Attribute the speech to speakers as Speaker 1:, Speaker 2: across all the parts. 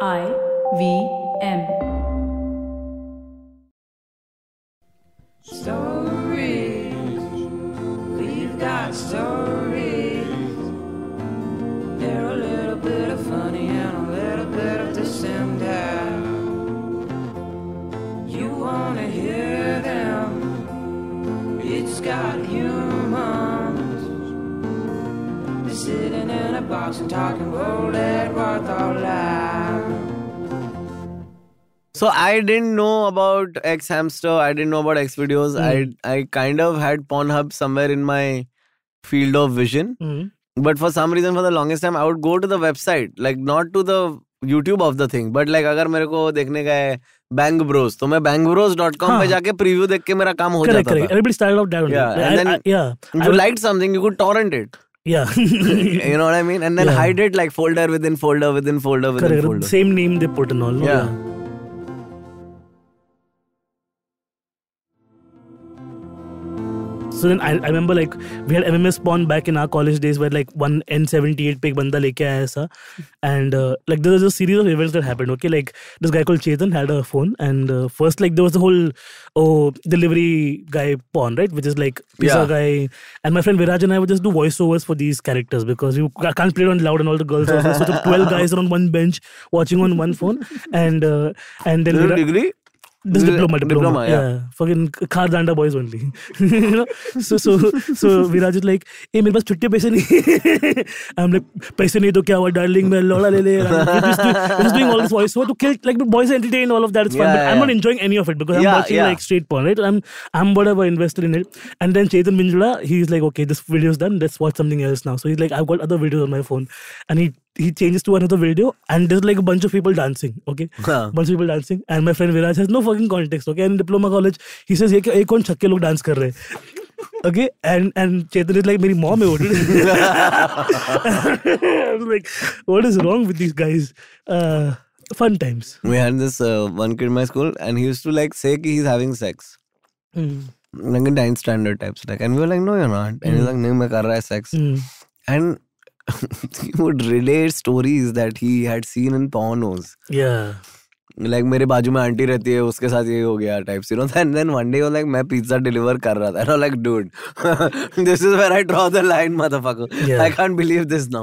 Speaker 1: I V M.
Speaker 2: Stories. We've got stories. They're a little bit of funny and a little bit of this and that. You wanna hear them? It's got humans. They're sitting in a box and talking old Edward all life.
Speaker 3: So I didn't know about X Hamster. I didn't know about X videos.
Speaker 4: Hmm.
Speaker 3: I I kind of had Pornhub somewhere in my field of vision.
Speaker 4: Mm.
Speaker 3: But for some reason, for the longest time, I would go to the website, like not to the YouTube of the thing, but like अगर मेरे को देखने का है Bang Bros, तो मैं bangbros.com
Speaker 4: हाँ,
Speaker 3: पे
Speaker 4: हाँ.
Speaker 3: जाके preview देख के मेरा काम हो
Speaker 4: Correct,
Speaker 3: जाता
Speaker 4: correct.
Speaker 3: था.
Speaker 4: Everybody started off that only.
Speaker 3: Yeah, and
Speaker 4: I-
Speaker 3: then-
Speaker 4: I- yeah,
Speaker 3: If
Speaker 4: I
Speaker 3: you
Speaker 4: would-
Speaker 3: liked something, you could torrent it.
Speaker 4: yeah. correct.
Speaker 3: You know what I mean? And then
Speaker 4: Yeah.
Speaker 3: hide it like folder within folder within folder within folder.
Speaker 4: Same name they put and all. no?
Speaker 3: Yeah.
Speaker 4: So then I, I remember like we had MMS porn back in our college days where like one N78 पे एक बंदा लेके आया ऐसा and uh, like there was a series of events that happened okay like this guy called Chetan had a phone and uh, first like there was the whole oh delivery guy porn right which is like pizza
Speaker 3: Yeah.
Speaker 4: guy and my friend Viraj and I would just do voiceovers for these characters because you ca- can't play it on loud and all the girls also so the 12 guys are on one bench watching on one phone and uh, and then
Speaker 3: Is it
Speaker 4: Viraj-
Speaker 3: degree? This
Speaker 4: this
Speaker 3: is
Speaker 4: diploma,
Speaker 3: a-
Speaker 4: diploma,
Speaker 3: diploma,
Speaker 4: yeah.
Speaker 3: yeah.
Speaker 4: Fucking car danda boys only. you know? So so so Viraj is like, hey मेरे पास छुट्टे पैसे नहीं है." I'm like, पैसे नहीं तो क्या हुआ darling मैं लौड़ा ले ले. He's doing all this voice over to kill like the boys entertain all of that. It's fun,
Speaker 3: Yeah,
Speaker 4: but I'm
Speaker 3: yeah.
Speaker 4: not enjoying any of it because I'm
Speaker 3: Yeah,
Speaker 4: watching
Speaker 3: yeah.
Speaker 4: like straight porn, right? I'm I'm whatever invested in it. And then Chetan Minjula, he's like, okay, this video's done. Let's watch something else now. So he's like, I've got other videos on my phone, and he he changes to another video, and there's like a bunch of people dancing. Okay.
Speaker 3: Huh.
Speaker 4: bunch of people dancing and my friend Viraj has no fucking context okay and in diploma college he says ये क्या एक कौन छक्के लोग dance कर रहे हैं okay and and Chetan is like मेरी mom है वो I was like what is wrong with these guys uh, fun times
Speaker 3: We had this uh, one kid in my school, and he used to like say ki he's having sex.
Speaker 4: mm.
Speaker 3: like in nine standard types like and we were like no you're not and
Speaker 4: Hmm.
Speaker 3: he's like no मैं कर रहा है sex
Speaker 4: Mm.
Speaker 3: and he would relate stories that he had seen in pornos
Speaker 4: yeah
Speaker 3: like मेरे बाजू में aunty रहती है उसके साथ ये हो गया types you know and then one day he was like मैं pizza deliver कर रहा था and I was like dude this is where I draw the line motherfucker
Speaker 4: Yeah.
Speaker 3: I can't believe this now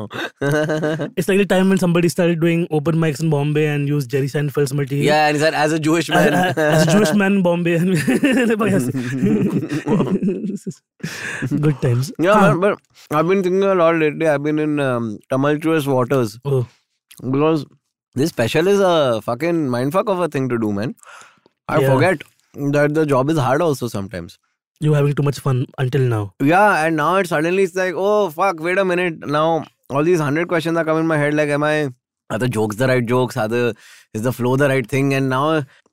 Speaker 4: it's like the time when somebody started doing open mics in Bombay and used Jerry Seinfeld's material
Speaker 3: yeah and he said as a Jewish
Speaker 4: as,
Speaker 3: man
Speaker 4: as- Uh, as a Jewish man in Bombay and good times
Speaker 3: yeah but, but I've been thinking a lot lately I've been in um, tumultuous waters
Speaker 4: oh
Speaker 3: because this special is a fucking mindfuck of a thing to do, man. I
Speaker 4: Yeah.
Speaker 3: forget that the job is hard also sometimes.
Speaker 4: you having too much fun until now
Speaker 3: Yeah, and now it suddenly it's like, oh fuck, wait a minute. Now all these hundred questions are coming in my head. Like, am I are the jokes the right jokes? Are the is the flow the right thing? And now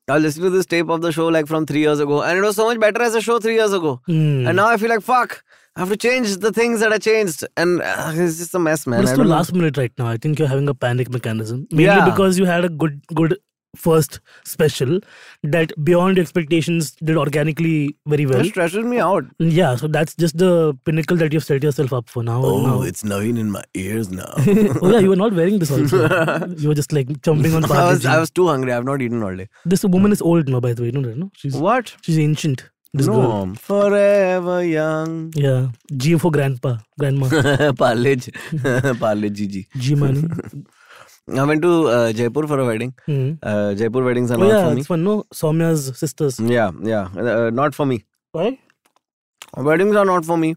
Speaker 3: I listened to this tape of the show like from three years ago, and it was so much better as a show three years ago.
Speaker 4: Hmm.
Speaker 3: And now I feel like fuck. I have to change the things that I changed, and uh, it's just a mess, man.
Speaker 4: But it's
Speaker 3: I
Speaker 4: too
Speaker 3: don't know.
Speaker 4: last minute right now. I think you're having a panic mechanism. Mainly
Speaker 3: Yeah.
Speaker 4: because you had a good good first special that beyond expectations did organically very
Speaker 3: It
Speaker 4: well.
Speaker 3: stresses me out.
Speaker 4: Yeah, so that's just the pinnacle that you've set yourself up for now. now.
Speaker 3: Oh, it's Naveen in my ears now.
Speaker 4: oh yeah, you were not wearing this also. you were just like jumping on
Speaker 3: I was,
Speaker 4: Parvati.
Speaker 3: I was too hungry. I've not eaten all day.
Speaker 4: This woman is old now, by the way. No, no, no. She's
Speaker 3: What?
Speaker 4: she's ancient. This
Speaker 3: no.
Speaker 4: girl.
Speaker 3: Forever young.
Speaker 4: Yeah. G for grandpa, grandma.
Speaker 3: Parle, Ji- Parle Gigi.
Speaker 4: G money.
Speaker 3: I went to uh, Jaipur for a wedding.
Speaker 4: Hmm.
Speaker 3: Uh, Jaipur weddings are
Speaker 4: Oh
Speaker 3: not for
Speaker 4: yeah,
Speaker 3: me. Mm.
Speaker 4: it's fun. No, Soumya's sisters.
Speaker 3: Yeah, yeah. Uh, not for me.
Speaker 4: Why?
Speaker 3: Weddings are not for me.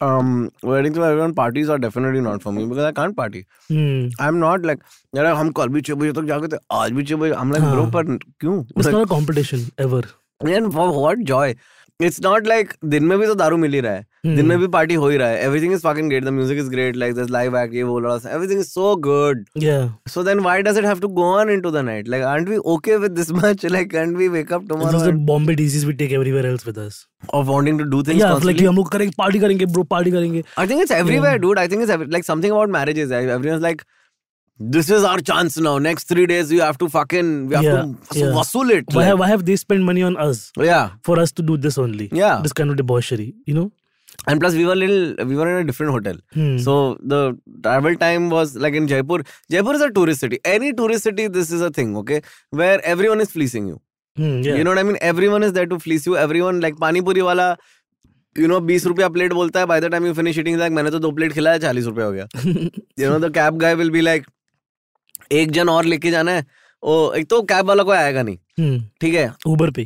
Speaker 3: Um, weddings for everyone. Parties are definitely not for me because I can't party.
Speaker 4: Hmm.
Speaker 3: I'm not like यार हम कल भी छह बजे तक जाके थे आज भी छह बजे I'm like
Speaker 4: हाँ.
Speaker 3: bro पर क्यों
Speaker 4: It's
Speaker 3: Like,
Speaker 4: not a competition ever.
Speaker 3: And for what joy? It's not like दिन में भी तो दारू मिल ही रहा है दिन
Speaker 4: हम्म।
Speaker 3: में भी पार्टी हो ही रहा है everything is fucking great the music is great like this live act ये वो loss everything is so good
Speaker 4: Yeah.
Speaker 3: So then why does it have to go on into the night like aren't we okay with this much like can we wake up
Speaker 4: This
Speaker 3: tomorrow
Speaker 4: is the Bombay disease we take everywhere else with us.
Speaker 3: Of wanting to do things
Speaker 4: Yeah, like हम लोग करेंगे party करेंगे bro party करेंगे
Speaker 3: I think it's everywhere dude I think it's like something about marriages everyone is like This is our chance now. Next three days, you have to fucking we have
Speaker 4: Yeah,
Speaker 3: to
Speaker 4: yeah.
Speaker 3: wustle it.
Speaker 4: Why
Speaker 3: like-
Speaker 4: have, why have they spent money on us
Speaker 3: yeah,
Speaker 4: for us to do this only?
Speaker 3: Yeah.
Speaker 4: This kind of debauchery, you know?
Speaker 3: and plus we were little we were in a different hotel
Speaker 4: Hmm.
Speaker 3: so the travel time was like in jaipur jaipur is a tourist city any tourist city this is a thing okay where everyone is fleecing you
Speaker 4: Hmm, yeah.
Speaker 3: you know what i mean everyone is there to fleece you everyone like pani puri wala you know 20 रुपया plate बोलता है by the time you finish eating like मैंने तो दो plate खिलाया 40 रुपया हो गया you know the cab guy will be like एक जन और लेके जाना है ओ एक तो कैब वाला कोई आएगा नहीं
Speaker 4: Hmm.
Speaker 3: ठीक है
Speaker 4: Uber पे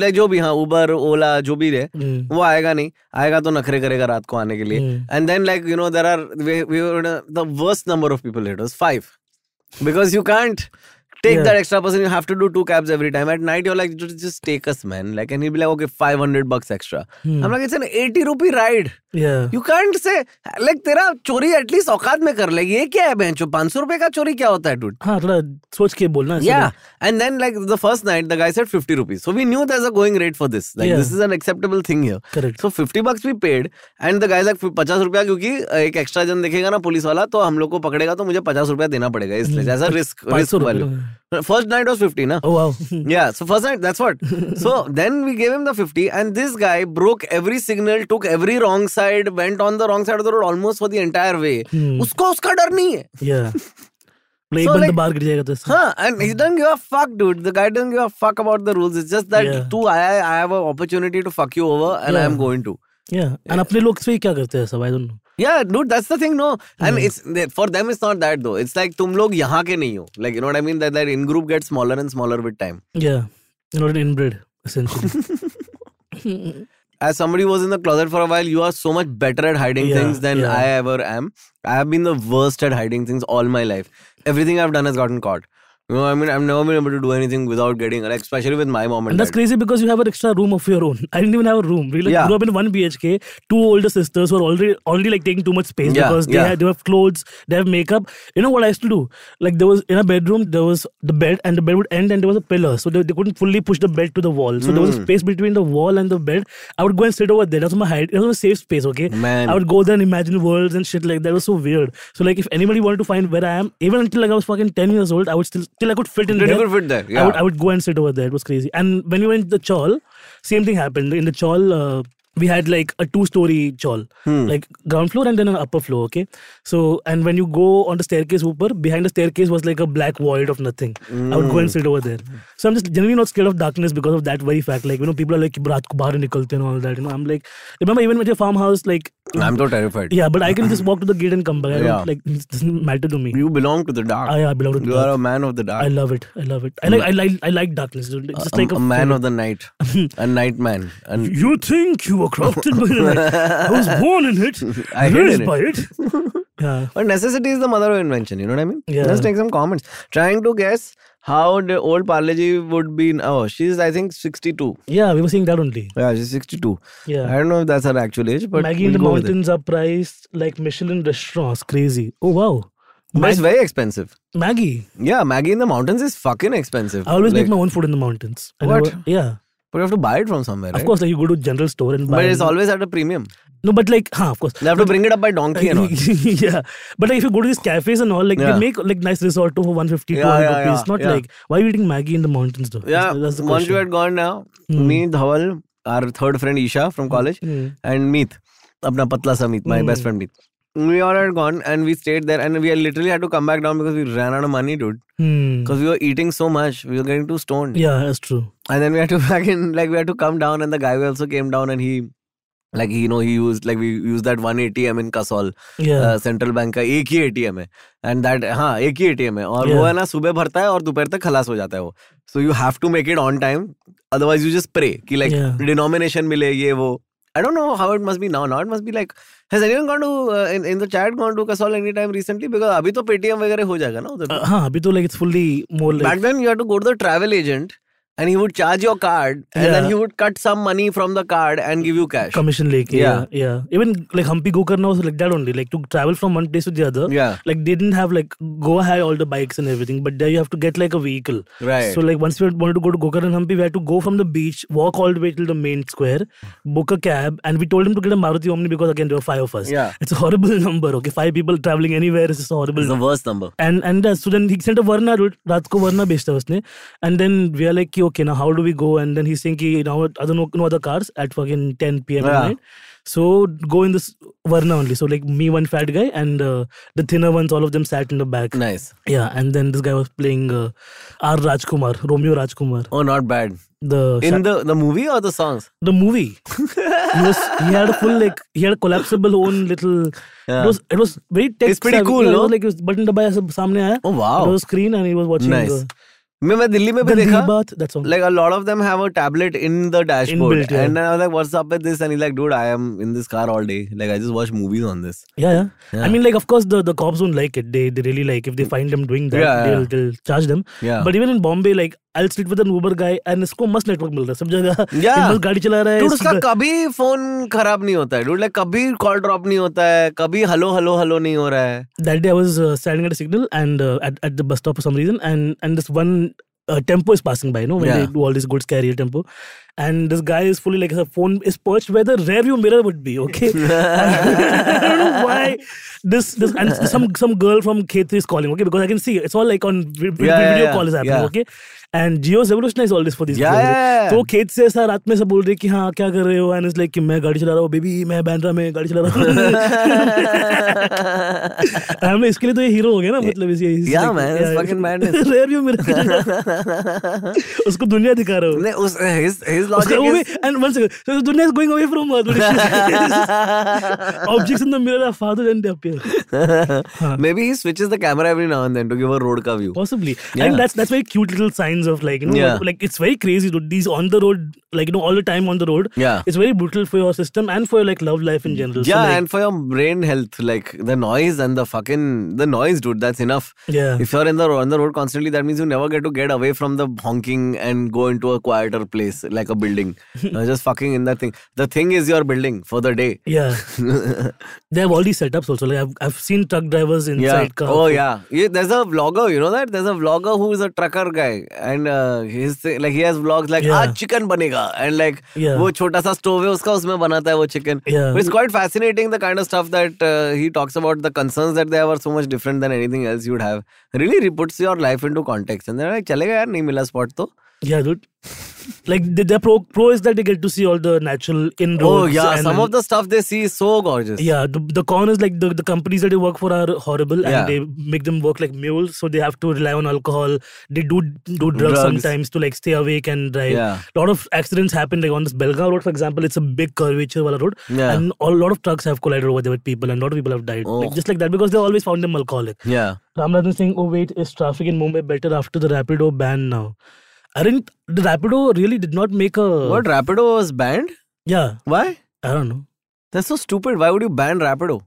Speaker 3: लाइक जो भी हाँ उबर ओला जो भी रहे
Speaker 4: Hmm.
Speaker 3: वो आएगा नहीं आएगा तो नखरे करेगा रात को आने के लिए
Speaker 4: Hmm.
Speaker 3: And then, like, you know, there are, we, we were in a, the worst number of people it was five. Because you can't take
Speaker 4: Yeah.
Speaker 3: that extra person. You have to do two cabs every time. At night, you're like, just, just take us, man. Like, and he'll be like, okay, 500 bucks extra.
Speaker 4: Hmm.
Speaker 3: I'm like, it's an 80 rupee ride.
Speaker 4: Yeah.
Speaker 3: You can't say, like, तेरा चोरी at least औकात में कर ले ये क्या है बहनचो 500 रुपए का चोरी क्या होता है dude?
Speaker 4: हाँ थोड़ा सोच के बोलना ऐसे
Speaker 3: Yeah. And then, like, the first night, the guy said 50 rupees. So we knew there's a going rate for this. Like,
Speaker 4: Yeah.
Speaker 3: this is an acceptable thing here.
Speaker 4: नहीं। Correct.
Speaker 3: सो फिफ्टी बक्स भी paid and the guys like पचास रुपया क्योंकि एक extra जन देखेगा ना police वाला तो हम लोग को पकड़ेगा तो मुझे पचास रुपया देना पड़ेगा इसलिए
Speaker 4: हम्म,
Speaker 3: जैसा रिस्क
Speaker 4: 500
Speaker 3: रिस्क
Speaker 4: रुपए
Speaker 3: value first night was fifty ना
Speaker 4: Oh wow.
Speaker 3: Yeah, so first night, that's what. so then we gave him the 50, and this guy broke every signal, took every wrong side, went on the wrong side of the road almost for the entire way.
Speaker 4: Hmm.
Speaker 3: उसको उसका डर नहीं है
Speaker 4: Yeah. Like, एक
Speaker 3: So,
Speaker 4: बंदा
Speaker 3: like-
Speaker 4: बाहर गिर जाएगा तो ऐसा।
Speaker 3: हाँ and he doesn't give a fuck, dude. The guy doesn't give a fuck about the rules. It's just that
Speaker 4: Yeah.
Speaker 3: तू आया है, I have an opportunity to fuck you over, and I
Speaker 4: Yeah.
Speaker 3: am going to.
Speaker 4: Yeah. And अपने लोग से क्या करते हैं सब? I don't know.
Speaker 3: Yeah, dude, that's the thing, no. And
Speaker 4: Hmm.
Speaker 3: it's they- for them, it's not that though. It's like तुम लोग यहाँ के नहीं हो. Like you know what I mean? That that in group gets smaller and smaller with time.
Speaker 4: Yeah. You're not inbred essentially.
Speaker 3: As somebody who was in the closet for a while, you are so much better at hiding
Speaker 4: Yeah,
Speaker 3: things than
Speaker 4: yeah.
Speaker 3: I ever am. I have been the worst at hiding things all my life. Everything I've done has gotten caught. You know, I mean, I've never been able to do anything without getting, like, especially with my mom and
Speaker 4: And that's
Speaker 3: dad.
Speaker 4: crazy because you have an extra room of your own. I didn't even have a room. We like
Speaker 3: Yeah.
Speaker 4: grew up in one BHK. Two older sisters were already already like taking too much space
Speaker 3: Yeah,
Speaker 4: because they
Speaker 3: yeah.
Speaker 4: had they have clothes, they have makeup. You know what I used to do? Like there was in a bedroom, there was the bed, and the bed would end, and there was a pillar, so they, they couldn't fully push the bed to the wall. So there was
Speaker 3: Hmm.
Speaker 4: a space between the wall and the bed. I would go and sit over there. That's my hide. That was my safe space. Okay.
Speaker 3: Man.
Speaker 4: I would go there and imagine worlds and shit like that. It was so weird. So like if anybody wanted to find where I am, even until like I was fucking ten years old, I would still till I could fit in
Speaker 3: Did you
Speaker 4: there.
Speaker 3: could fit there?
Speaker 4: I
Speaker 3: Yeah.
Speaker 4: would I would go and sit over there. It was crazy. And when we went to the chawl, same thing happened. In the chawl, uh, we had like a two-story chawl,
Speaker 3: Hmm.
Speaker 4: like ground floor and then an upper floor. Okay, so and when you go on the staircase, upper behind the staircase was like a black void of nothing. I would go and sit over there. So I'm just generally not scared of darkness because of that very fact. Like you know, people are like, "Brat ko bahar nikalte" and all that. You know, I'm like, remember even with your farmhouse, like
Speaker 3: I'm so terrified.
Speaker 4: yeah, but I can just walk to the gate and come back. I don't,
Speaker 3: Yeah.
Speaker 4: Like it doesn't matter to me.
Speaker 3: You belong to the dark.
Speaker 4: I, I belong to the
Speaker 3: you
Speaker 4: dark.
Speaker 3: are a man of the dark.
Speaker 4: I love it. I love it. I like. I like. I like darkness. dude. It's just
Speaker 3: a,
Speaker 4: like
Speaker 3: a
Speaker 4: a,
Speaker 3: man
Speaker 4: feeling.
Speaker 3: of the night. a night man. And
Speaker 4: You think you were crafted by the night? I was born in it.
Speaker 3: I hid
Speaker 4: raised
Speaker 3: in it.
Speaker 4: by it. yeah.
Speaker 3: But necessity is the mother of invention. You know what I mean?
Speaker 4: Yeah.
Speaker 3: Let's take some comments. Trying to guess how the old Parlaji would be. Oh, she's I think 62.
Speaker 4: Yeah. We were saying that only.
Speaker 3: Yeah, she's 62. I
Speaker 4: Yeah.
Speaker 3: don't know if that's her actual age, but
Speaker 4: Maggie in the
Speaker 3: we'll go with it.
Speaker 4: mountains are priced like Michelin restaurants. Crazy. Oh wow.
Speaker 3: But it's
Speaker 4: Mag-
Speaker 3: very expensive.
Speaker 4: Maggie.
Speaker 3: Yeah, Maggie in the mountains is fucking expensive.
Speaker 4: I always
Speaker 3: Like,
Speaker 4: make my own food in the mountains. I
Speaker 3: What?
Speaker 4: never- yeah.
Speaker 3: But you have to buy it from somewhere.
Speaker 4: Of
Speaker 3: right?
Speaker 4: course, like you go to general store and buy.
Speaker 3: But it's
Speaker 4: and-
Speaker 3: always at a premium.
Speaker 4: no, but like, huh, of course.
Speaker 3: They have to bring it up by donkey and all.
Speaker 4: yeah, but like if you go to these cafes and all, like
Speaker 3: Yeah.
Speaker 4: they make like nice risotto for 150,
Speaker 3: Yeah,
Speaker 4: 200
Speaker 3: yeah,
Speaker 4: rupees.
Speaker 3: yeah,
Speaker 4: Not
Speaker 3: yeah.
Speaker 4: like why are you eating Maggie in the mountains though?
Speaker 3: Yeah,
Speaker 4: that's, that's the
Speaker 3: once
Speaker 4: question.
Speaker 3: you had gone now,
Speaker 4: Hmm.
Speaker 3: me, Dhawal, our third friend Isha from college,
Speaker 4: Hmm.
Speaker 3: and Meet, अपना पतला सा Meet, my
Speaker 4: Hmm.
Speaker 3: best friend Meet. We all had gone and we stayed there and we literally had to come back down because we ran out of money, dude.
Speaker 4: Hmm.
Speaker 3: Because we were eating so much, we were getting too stoned.
Speaker 4: Yeah, that's true.
Speaker 3: And then we had to fucking like we had to come down and the guy also came down and he like he, you know he used like we used that one ATM in Kasol
Speaker 4: Yeah,
Speaker 3: uh, Central Bank का एक ही ATM है and that हाँ एक ही ATM है और वो
Speaker 4: Yeah.
Speaker 3: है ना सुबह भरता है और दोपहर तक खलास हो जाता है वो so you have to make it on time otherwise you just pray कि like
Speaker 4: Yeah.
Speaker 3: denomination मिले ये वो I don't know how it must be now now it must be like has anyone gone to uh, in, in the chat gone to Kasol anytime recently because अभी तो Paytm वगैरह हो जाएगा ना उधर तो।
Speaker 4: uh, huh. But like it's fully more like
Speaker 3: Back then, you had to go to the travel agent and he would charge your card and then
Speaker 4: Yeah.
Speaker 3: he would cut some money from the card and give you cash.
Speaker 4: commission lake.
Speaker 3: Yeah.
Speaker 4: Yeah. yeah, Even like Hampi Gokarna was like that only. Like to travel from one place to the other.
Speaker 3: Yeah.
Speaker 4: Like they didn't have like go ahead all the bikes and everything, but there you have to get like a vehicle.
Speaker 3: Right.
Speaker 4: So like once we wanted to go to Gokarna and Hampi, we had to go from the beach, walk all the way till the main square, book a cab, and we told him to get a Maruti Omni because again there were five of us.
Speaker 3: Yeah.
Speaker 4: It's a horrible number. Okay, five people traveling anywhere is just a horrible.
Speaker 3: It's the
Speaker 4: number.
Speaker 3: worst number.
Speaker 4: And and uh, so then he sent a Varna route. रात को Varna बेचता है उसने. And then we are like कि ki, okay, now how do we go? And then he's saying, ki, now I don't know, no other cars at fucking 10 p.m.
Speaker 3: Yeah.
Speaker 4: at night. So go in this Varna only. So like me, one fat guy, and uh, the thinner ones, all of them sat in the back.
Speaker 3: Nice.
Speaker 4: Yeah, and then this guy was playing uh, R. Rajkumar, Romeo Rajkumar.
Speaker 3: Oh, not bad.
Speaker 4: The
Speaker 3: In the the movie or the songs?
Speaker 4: the movie. he was he had a full like he had a collapsible own little.
Speaker 3: Yeah.
Speaker 4: It was it was very tech
Speaker 3: It's pretty
Speaker 4: savvy.
Speaker 3: cool,
Speaker 4: Yeah, it
Speaker 3: no?
Speaker 4: was like it was button दबाया सब सामने आया.
Speaker 3: Oh wow.
Speaker 4: It was screen and he was watching.
Speaker 3: nice.
Speaker 4: uh,
Speaker 3: मैं मैं दिल्ली में भी
Speaker 4: Gandhi
Speaker 3: देखा
Speaker 4: Baat, that song.
Speaker 3: like a lot of them have a tablet in the dashboard
Speaker 4: Inbuilt, yeah.
Speaker 3: and then I was like what's up with this and he's like dude I am in this car all day like I just watch movies on this
Speaker 4: yeah, yeah,
Speaker 3: Yeah.
Speaker 4: I mean, like, of course, the, the cops don't like it. They they really like if they find them doing that,
Speaker 3: Yeah, yeah.
Speaker 4: they'll, they'll charge them.
Speaker 3: yeah
Speaker 4: But even in Bombay, like, I'll sit with an Uber guy and इसको मस्त network मिल रहा है सब जगह.
Speaker 3: Yeah.
Speaker 4: ये बस गाड़ी चला रहा है.
Speaker 3: dude
Speaker 4: इस-
Speaker 3: उसका कभी फोन खराब नहीं होता है dude like कभी कॉल ड्रॉप नहीं होता है कभी हेलो हेलो हेलो नहीं हो रहा है
Speaker 4: that day I was uh, standing at a signal and uh, at, at the bus stop for some reason, and and this one uh, tempo is passing by, you know, when
Speaker 3: Yeah.
Speaker 4: they do all these goods carrier tempo, and this guy is fully like his phone is perched where the rear view mirror would be. Okay, I don't know why this this and some some girl from K3 is calling. Okay, because I can see it's all like on vi- vi-
Speaker 3: Yeah, yeah,
Speaker 4: video
Speaker 3: yeah.
Speaker 4: call is happening.
Speaker 3: Yeah.
Speaker 4: Okay, and Geo's revolutionized all this for these
Speaker 3: Yeah,
Speaker 4: girls.
Speaker 3: yeah, yeah.
Speaker 4: तो वो खेत से ऐसा रात में सब बोल रहे कि हाँ क्या कर रहे हो एंड इज लाइक कि मैं गाड़ी चला रहा हूँ बेबी मैं बैंड्रा में गाड़ी चला रहा हूँ हमने इसके लिए तो ये हीरो हो गया ना मतलब इस ये
Speaker 3: Yeah, man, it's fucking madness.
Speaker 4: Rear view mirror उसको दुनिया दिखा रहा हूँ
Speaker 3: नहीं उस his his
Speaker 4: उसका
Speaker 3: logic
Speaker 4: वो भी
Speaker 3: is
Speaker 4: एंड वन सेकंड दुनिया is going away from objects in the mirror are farther and they appear
Speaker 3: maybe he switches the camera every now and then to give a road का view
Speaker 4: possibly
Speaker 3: Yeah.
Speaker 4: and that's that's very cute little signs of like you know
Speaker 3: Yeah.
Speaker 4: like it's very crazy dude these on the road like you know all the time on the road
Speaker 3: yeah
Speaker 4: it's very brutal for your system and for your like love life in general
Speaker 3: yeah
Speaker 4: so, like,
Speaker 3: and for your brain health like the noise and the fucking the noise dude that's enough
Speaker 4: yeah
Speaker 3: if you're in the on the road constantly that means you never get to get away from the honking and go into a quieter place like a building you're just fucking in that thing the thing is your building for the day
Speaker 4: yeah they have all these setups also like i've, I've seen truck drivers inside
Speaker 3: yeah
Speaker 4: cars
Speaker 3: oh yeah. yeah there's a vlogger you know that there's a vlogger who is a trucker guy and uh, his thing, like he has vlogs like
Speaker 4: Yeah.
Speaker 3: aaj chicken banega and like
Speaker 4: Yeah.
Speaker 3: वो छोटा सा stove है उसका उसमें बनाता है वो chicken
Speaker 4: Yeah.
Speaker 3: But it's quite fascinating the kind of stuff that uh, he talks about the concerns that they have are so much different than anything else you'd have really re- puts your life into context and they're like चलेगा यार नहीं मिला spot तो
Speaker 4: Yeah, dude. like the, the pro pro is that they get to see all the natural inroads.
Speaker 3: oh yeah
Speaker 4: and-
Speaker 3: some of the stuff they see is so gorgeous
Speaker 4: yeah. The, the con is like the, the companies that they work for are horrible
Speaker 3: Yeah.
Speaker 4: and they make them work like mules, so they have to rely on alcohol. They do do drugs,
Speaker 3: Drugs.
Speaker 4: sometimes to like stay awake and drive.
Speaker 3: Yeah.
Speaker 4: lot of accidents happen like on this Belgaum road, for example. It's a big curvature wala road,
Speaker 3: Yeah.
Speaker 4: and a lot of trucks have collided over there with people, and a lot of people have died
Speaker 3: Oh.
Speaker 4: like, just like that because they always found them alcoholic.
Speaker 3: yeah
Speaker 4: Ramrathan Singh, oh wait, is traffic in Mumbai better after the Rapido ban now? I didn't. The Rapido really did not make a.
Speaker 3: what Rapido was banned
Speaker 4: Yeah,
Speaker 3: why
Speaker 4: I don't know.
Speaker 3: That's so stupid. Why would you ban Rapido?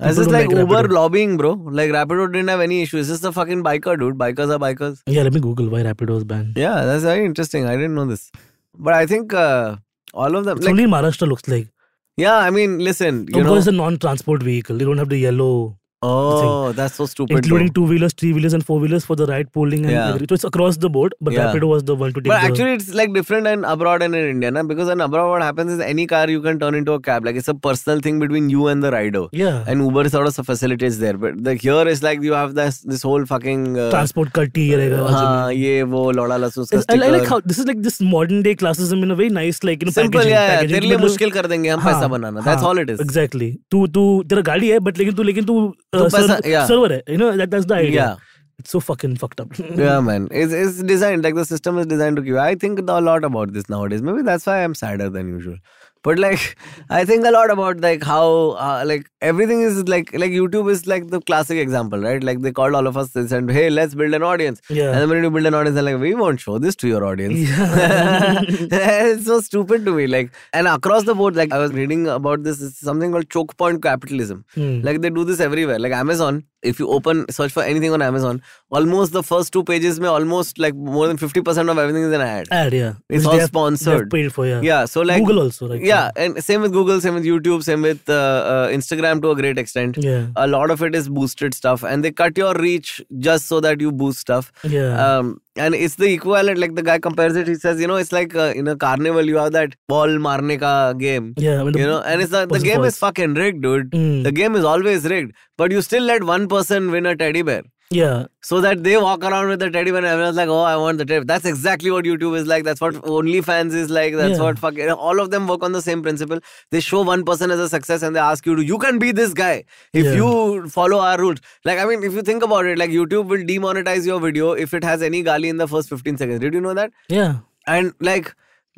Speaker 3: This
Speaker 4: People
Speaker 3: is
Speaker 4: don't
Speaker 3: like,
Speaker 4: like
Speaker 3: Uber
Speaker 4: Rapido.
Speaker 3: lobbying, bro. Like Rapido didn't have any issue. It's just a fucking biker, dude. Bikers are bikers.
Speaker 4: Yeah, let me Google why Rapido was banned.
Speaker 3: Yeah, that's very interesting. I didn't know this, but I think uh, all of them.
Speaker 4: It's
Speaker 3: Like,
Speaker 4: only in Maharashtra looks like.
Speaker 3: yeah, I mean, listen, you
Speaker 4: Of
Speaker 3: know.
Speaker 4: course, it's a non-transport vehicle. They don't have the yellow,
Speaker 3: Oh, that's so stupid. bro.
Speaker 4: including two-wheelers, three-wheelers, and four-wheelers for the right polling. And
Speaker 3: Yeah.
Speaker 4: everything. So it's across the board. But
Speaker 3: Yeah.
Speaker 4: Rapido was the one to take.
Speaker 3: But
Speaker 4: the,
Speaker 3: actually, it's like different in abroad and in India, na? because in abroad, what happens is any car you can turn into a cab. Like it's a personal thing between you and the rider.
Speaker 4: yeah,
Speaker 3: And Uber sort of facilitates there. But like here, it's like you have this this whole fucking. Uh,
Speaker 4: transport का T रहेगा.
Speaker 3: हाँ, ये वो लौड़ा लहसुन का
Speaker 4: It's- I, I
Speaker 3: sticker.
Speaker 4: like how this is like this modern day classism in a very nice like you know
Speaker 3: simple
Speaker 4: packaging,
Speaker 3: या या,
Speaker 4: packaging
Speaker 3: तेरे
Speaker 4: की
Speaker 3: लिए
Speaker 4: मतलब-
Speaker 3: मुश्किल कर देंगे हम पैसा बनाना that's all it is
Speaker 4: exactly तू तू तेरा गाड़ी है बट लेकिन तू लेकिन तू
Speaker 3: तो पैसा- yeah.
Speaker 4: सर्वर है you know that that's the idea
Speaker 3: Yeah.
Speaker 4: It's so fucking fucked up
Speaker 3: Yeah, man. It's, it's designed like the system is designed to give. I think a lot about this nowadays. Maybe that's why I'm sadder than usual. But like, I think a lot about like how uh, like everything is like like YouTube is like the classic example, right? Like they called all of us and said, "Hey, let's build an audience."
Speaker 4: Yeah.
Speaker 3: And then when you build an audience, they're like, "We won't show this to your audience." it's so stupid to me. Like, and across the board, like I was reading about this it's something called choke point capitalism.
Speaker 4: Hmm.
Speaker 3: Like they do this everywhere. Like Amazon, if you open search for anything on Amazon, almost the first two pages may almost like more than fifty percent of everything is an ad.
Speaker 4: ad yeah
Speaker 3: It's
Speaker 4: Which
Speaker 3: all
Speaker 4: they have- they
Speaker 3: sponsored.
Speaker 4: have paid for yeah
Speaker 3: Yeah. So like
Speaker 4: Uh, Google also right
Speaker 3: Yeah, and same with Google, same with YouTube, same with uh, uh, Instagram to a great extent.
Speaker 4: yeah
Speaker 3: A lot of it is boosted stuff, and they cut your reach just so that you boost stuff.
Speaker 4: yeah
Speaker 3: Um, and it's the equivalent, like the guy compares it. He says, you know, it's like uh, in a carnival, you have that ball marne ka game,
Speaker 4: yeah when the
Speaker 3: you know, and it's not, the
Speaker 4: person
Speaker 3: game
Speaker 4: falls.
Speaker 3: is fucking rigged, dude.
Speaker 4: Mm.
Speaker 3: The game is always rigged, but you still let one person win a teddy bear.
Speaker 4: Yeah.
Speaker 3: so that they walk around with the teddy bear and everyone's like, oh, I want the teddy. bear." That's exactly what YouTube is like. That's what OnlyFans is like. That's
Speaker 4: Yeah.
Speaker 3: what fucking all of them work on the same principle. They show one person as a success and they ask you to, you can be this guy if
Speaker 4: Yeah.
Speaker 3: you follow our rules. Like, I mean, if you think about it, like YouTube will demonetize your video if it has any gali in the first 15 seconds. Did you know that?
Speaker 4: Yeah.
Speaker 3: And like,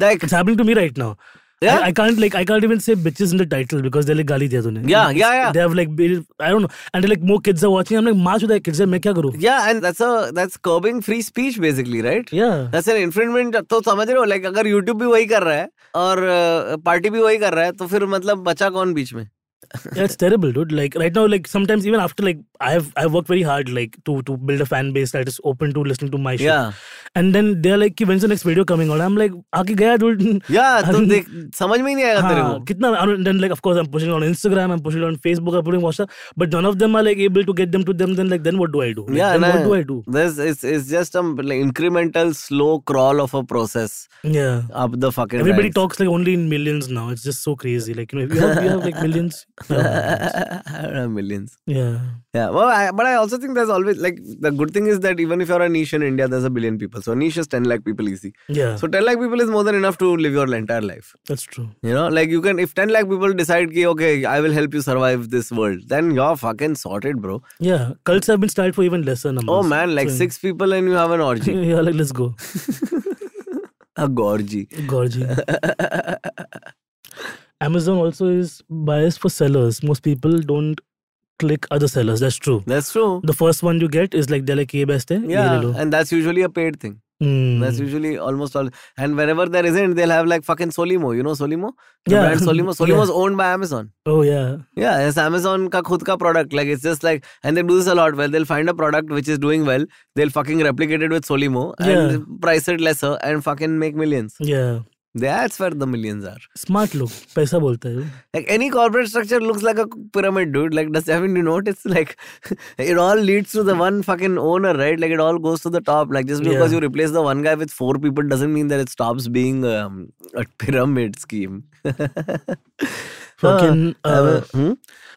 Speaker 3: like,
Speaker 4: It's happening to me right now.
Speaker 3: Yeah?
Speaker 4: I, I can't like I can't even say bitches in the title because they're like गाली दिया तूने.
Speaker 3: Yeah, yeah, yeah.
Speaker 4: They have like been- I don't know and they're like more kids are watching. I'm like मार चुदा है kids है मैं क्या करूँ?
Speaker 3: yeah, and that's a that's curbing free speech basically, right?
Speaker 4: Yeah.
Speaker 3: That's an infringement तो समझ रहे हो लाइक अगर यूट्यूब भी वही कर रहा है और पार्टी भी वही कर रहा है तो फिर मतलब बचा कौन बीच में
Speaker 4: That's terrible, dude. Like right now, like sometimes even after like I've I've worked very hard like to to build a fan base that is open to listening to my shit.
Speaker 3: Yeah.
Speaker 4: And then they're like, "Ki, when's the next video coming out? I'm like, आके गया dude.
Speaker 3: या
Speaker 4: I
Speaker 3: तो
Speaker 4: mean,
Speaker 3: देख समझ में ही नहीं आएगा तेरे
Speaker 4: हाँ,
Speaker 3: को
Speaker 4: कितना and then like of course I'm pushing on Instagram, I'm pushing on Facebook, I'm putting WhatsApp, but none of them are like able to get them to them. Then like then what do I do? Like,
Speaker 3: Yeah,
Speaker 4: then
Speaker 3: and
Speaker 4: what do I do?
Speaker 3: This is it's just a like, incremental slow crawl of a process
Speaker 4: Yeah.
Speaker 3: up the fucking
Speaker 4: Everybody
Speaker 3: ranks.
Speaker 4: talks like only in millions now. It's just so crazy. Like you know, if you have, you have like millions. Yeah.
Speaker 3: millions.
Speaker 4: yeah.
Speaker 3: Yeah, well, I, but I also think there's always like the good thing is that even if you're a niche in India, there's a billion people. So a niche is 10 lakh people easy.
Speaker 4: Yeah.
Speaker 3: So 10 lakh people is more than enough to live your entire life.
Speaker 4: That's true.
Speaker 3: You know, like you can, if 10 lakh people decide, ki, okay, I will help you survive this world, then you're fucking sorted, bro.
Speaker 4: Yeah. Cults have been started for even lesser numbers.
Speaker 3: Oh man, like
Speaker 4: So-
Speaker 3: six people and you have an orgy.
Speaker 4: yeah, like let's go.
Speaker 3: a gorgy.
Speaker 4: Gorging. Amazon also is biased for sellers. Most people don't click other sellers. That's true.
Speaker 3: That's true.
Speaker 4: The first one you get is like they're like, "Ye best hai, ye le
Speaker 3: Yeah.
Speaker 4: lo."
Speaker 3: And that's usually a paid thing.
Speaker 4: Hmm.
Speaker 3: That's usually almost all. And wherever there isn't, they'll have like fucking Solimo. You know Solimo? The
Speaker 4: Yeah.
Speaker 3: brand Solimo.
Speaker 4: Yeah.
Speaker 3: Solimo's owned by Amazon.
Speaker 4: Oh yeah.
Speaker 3: Yeah, it's Amazon ka khud ka product. Like it's just like, and they do this a lot. Well, they'll find a product which is doing well. They'll fucking replicate it with Solimo and
Speaker 4: Yeah.
Speaker 3: price it lesser and fucking make millions.
Speaker 4: Yeah.
Speaker 3: That's where the millions are.
Speaker 4: Smart लोग पैसा बोलता है
Speaker 3: Like any corporate structure looks like a pyramid, dude. Like, does haven't you notice? Like, it all leads to the one fucking owner, right? Like, it all goes to the top. Like, just because
Speaker 4: Yeah.
Speaker 3: you replace the one guy with four people doesn't mean that it stops being um, a pyramid scheme.
Speaker 4: Fucking, uh,
Speaker 3: hmm?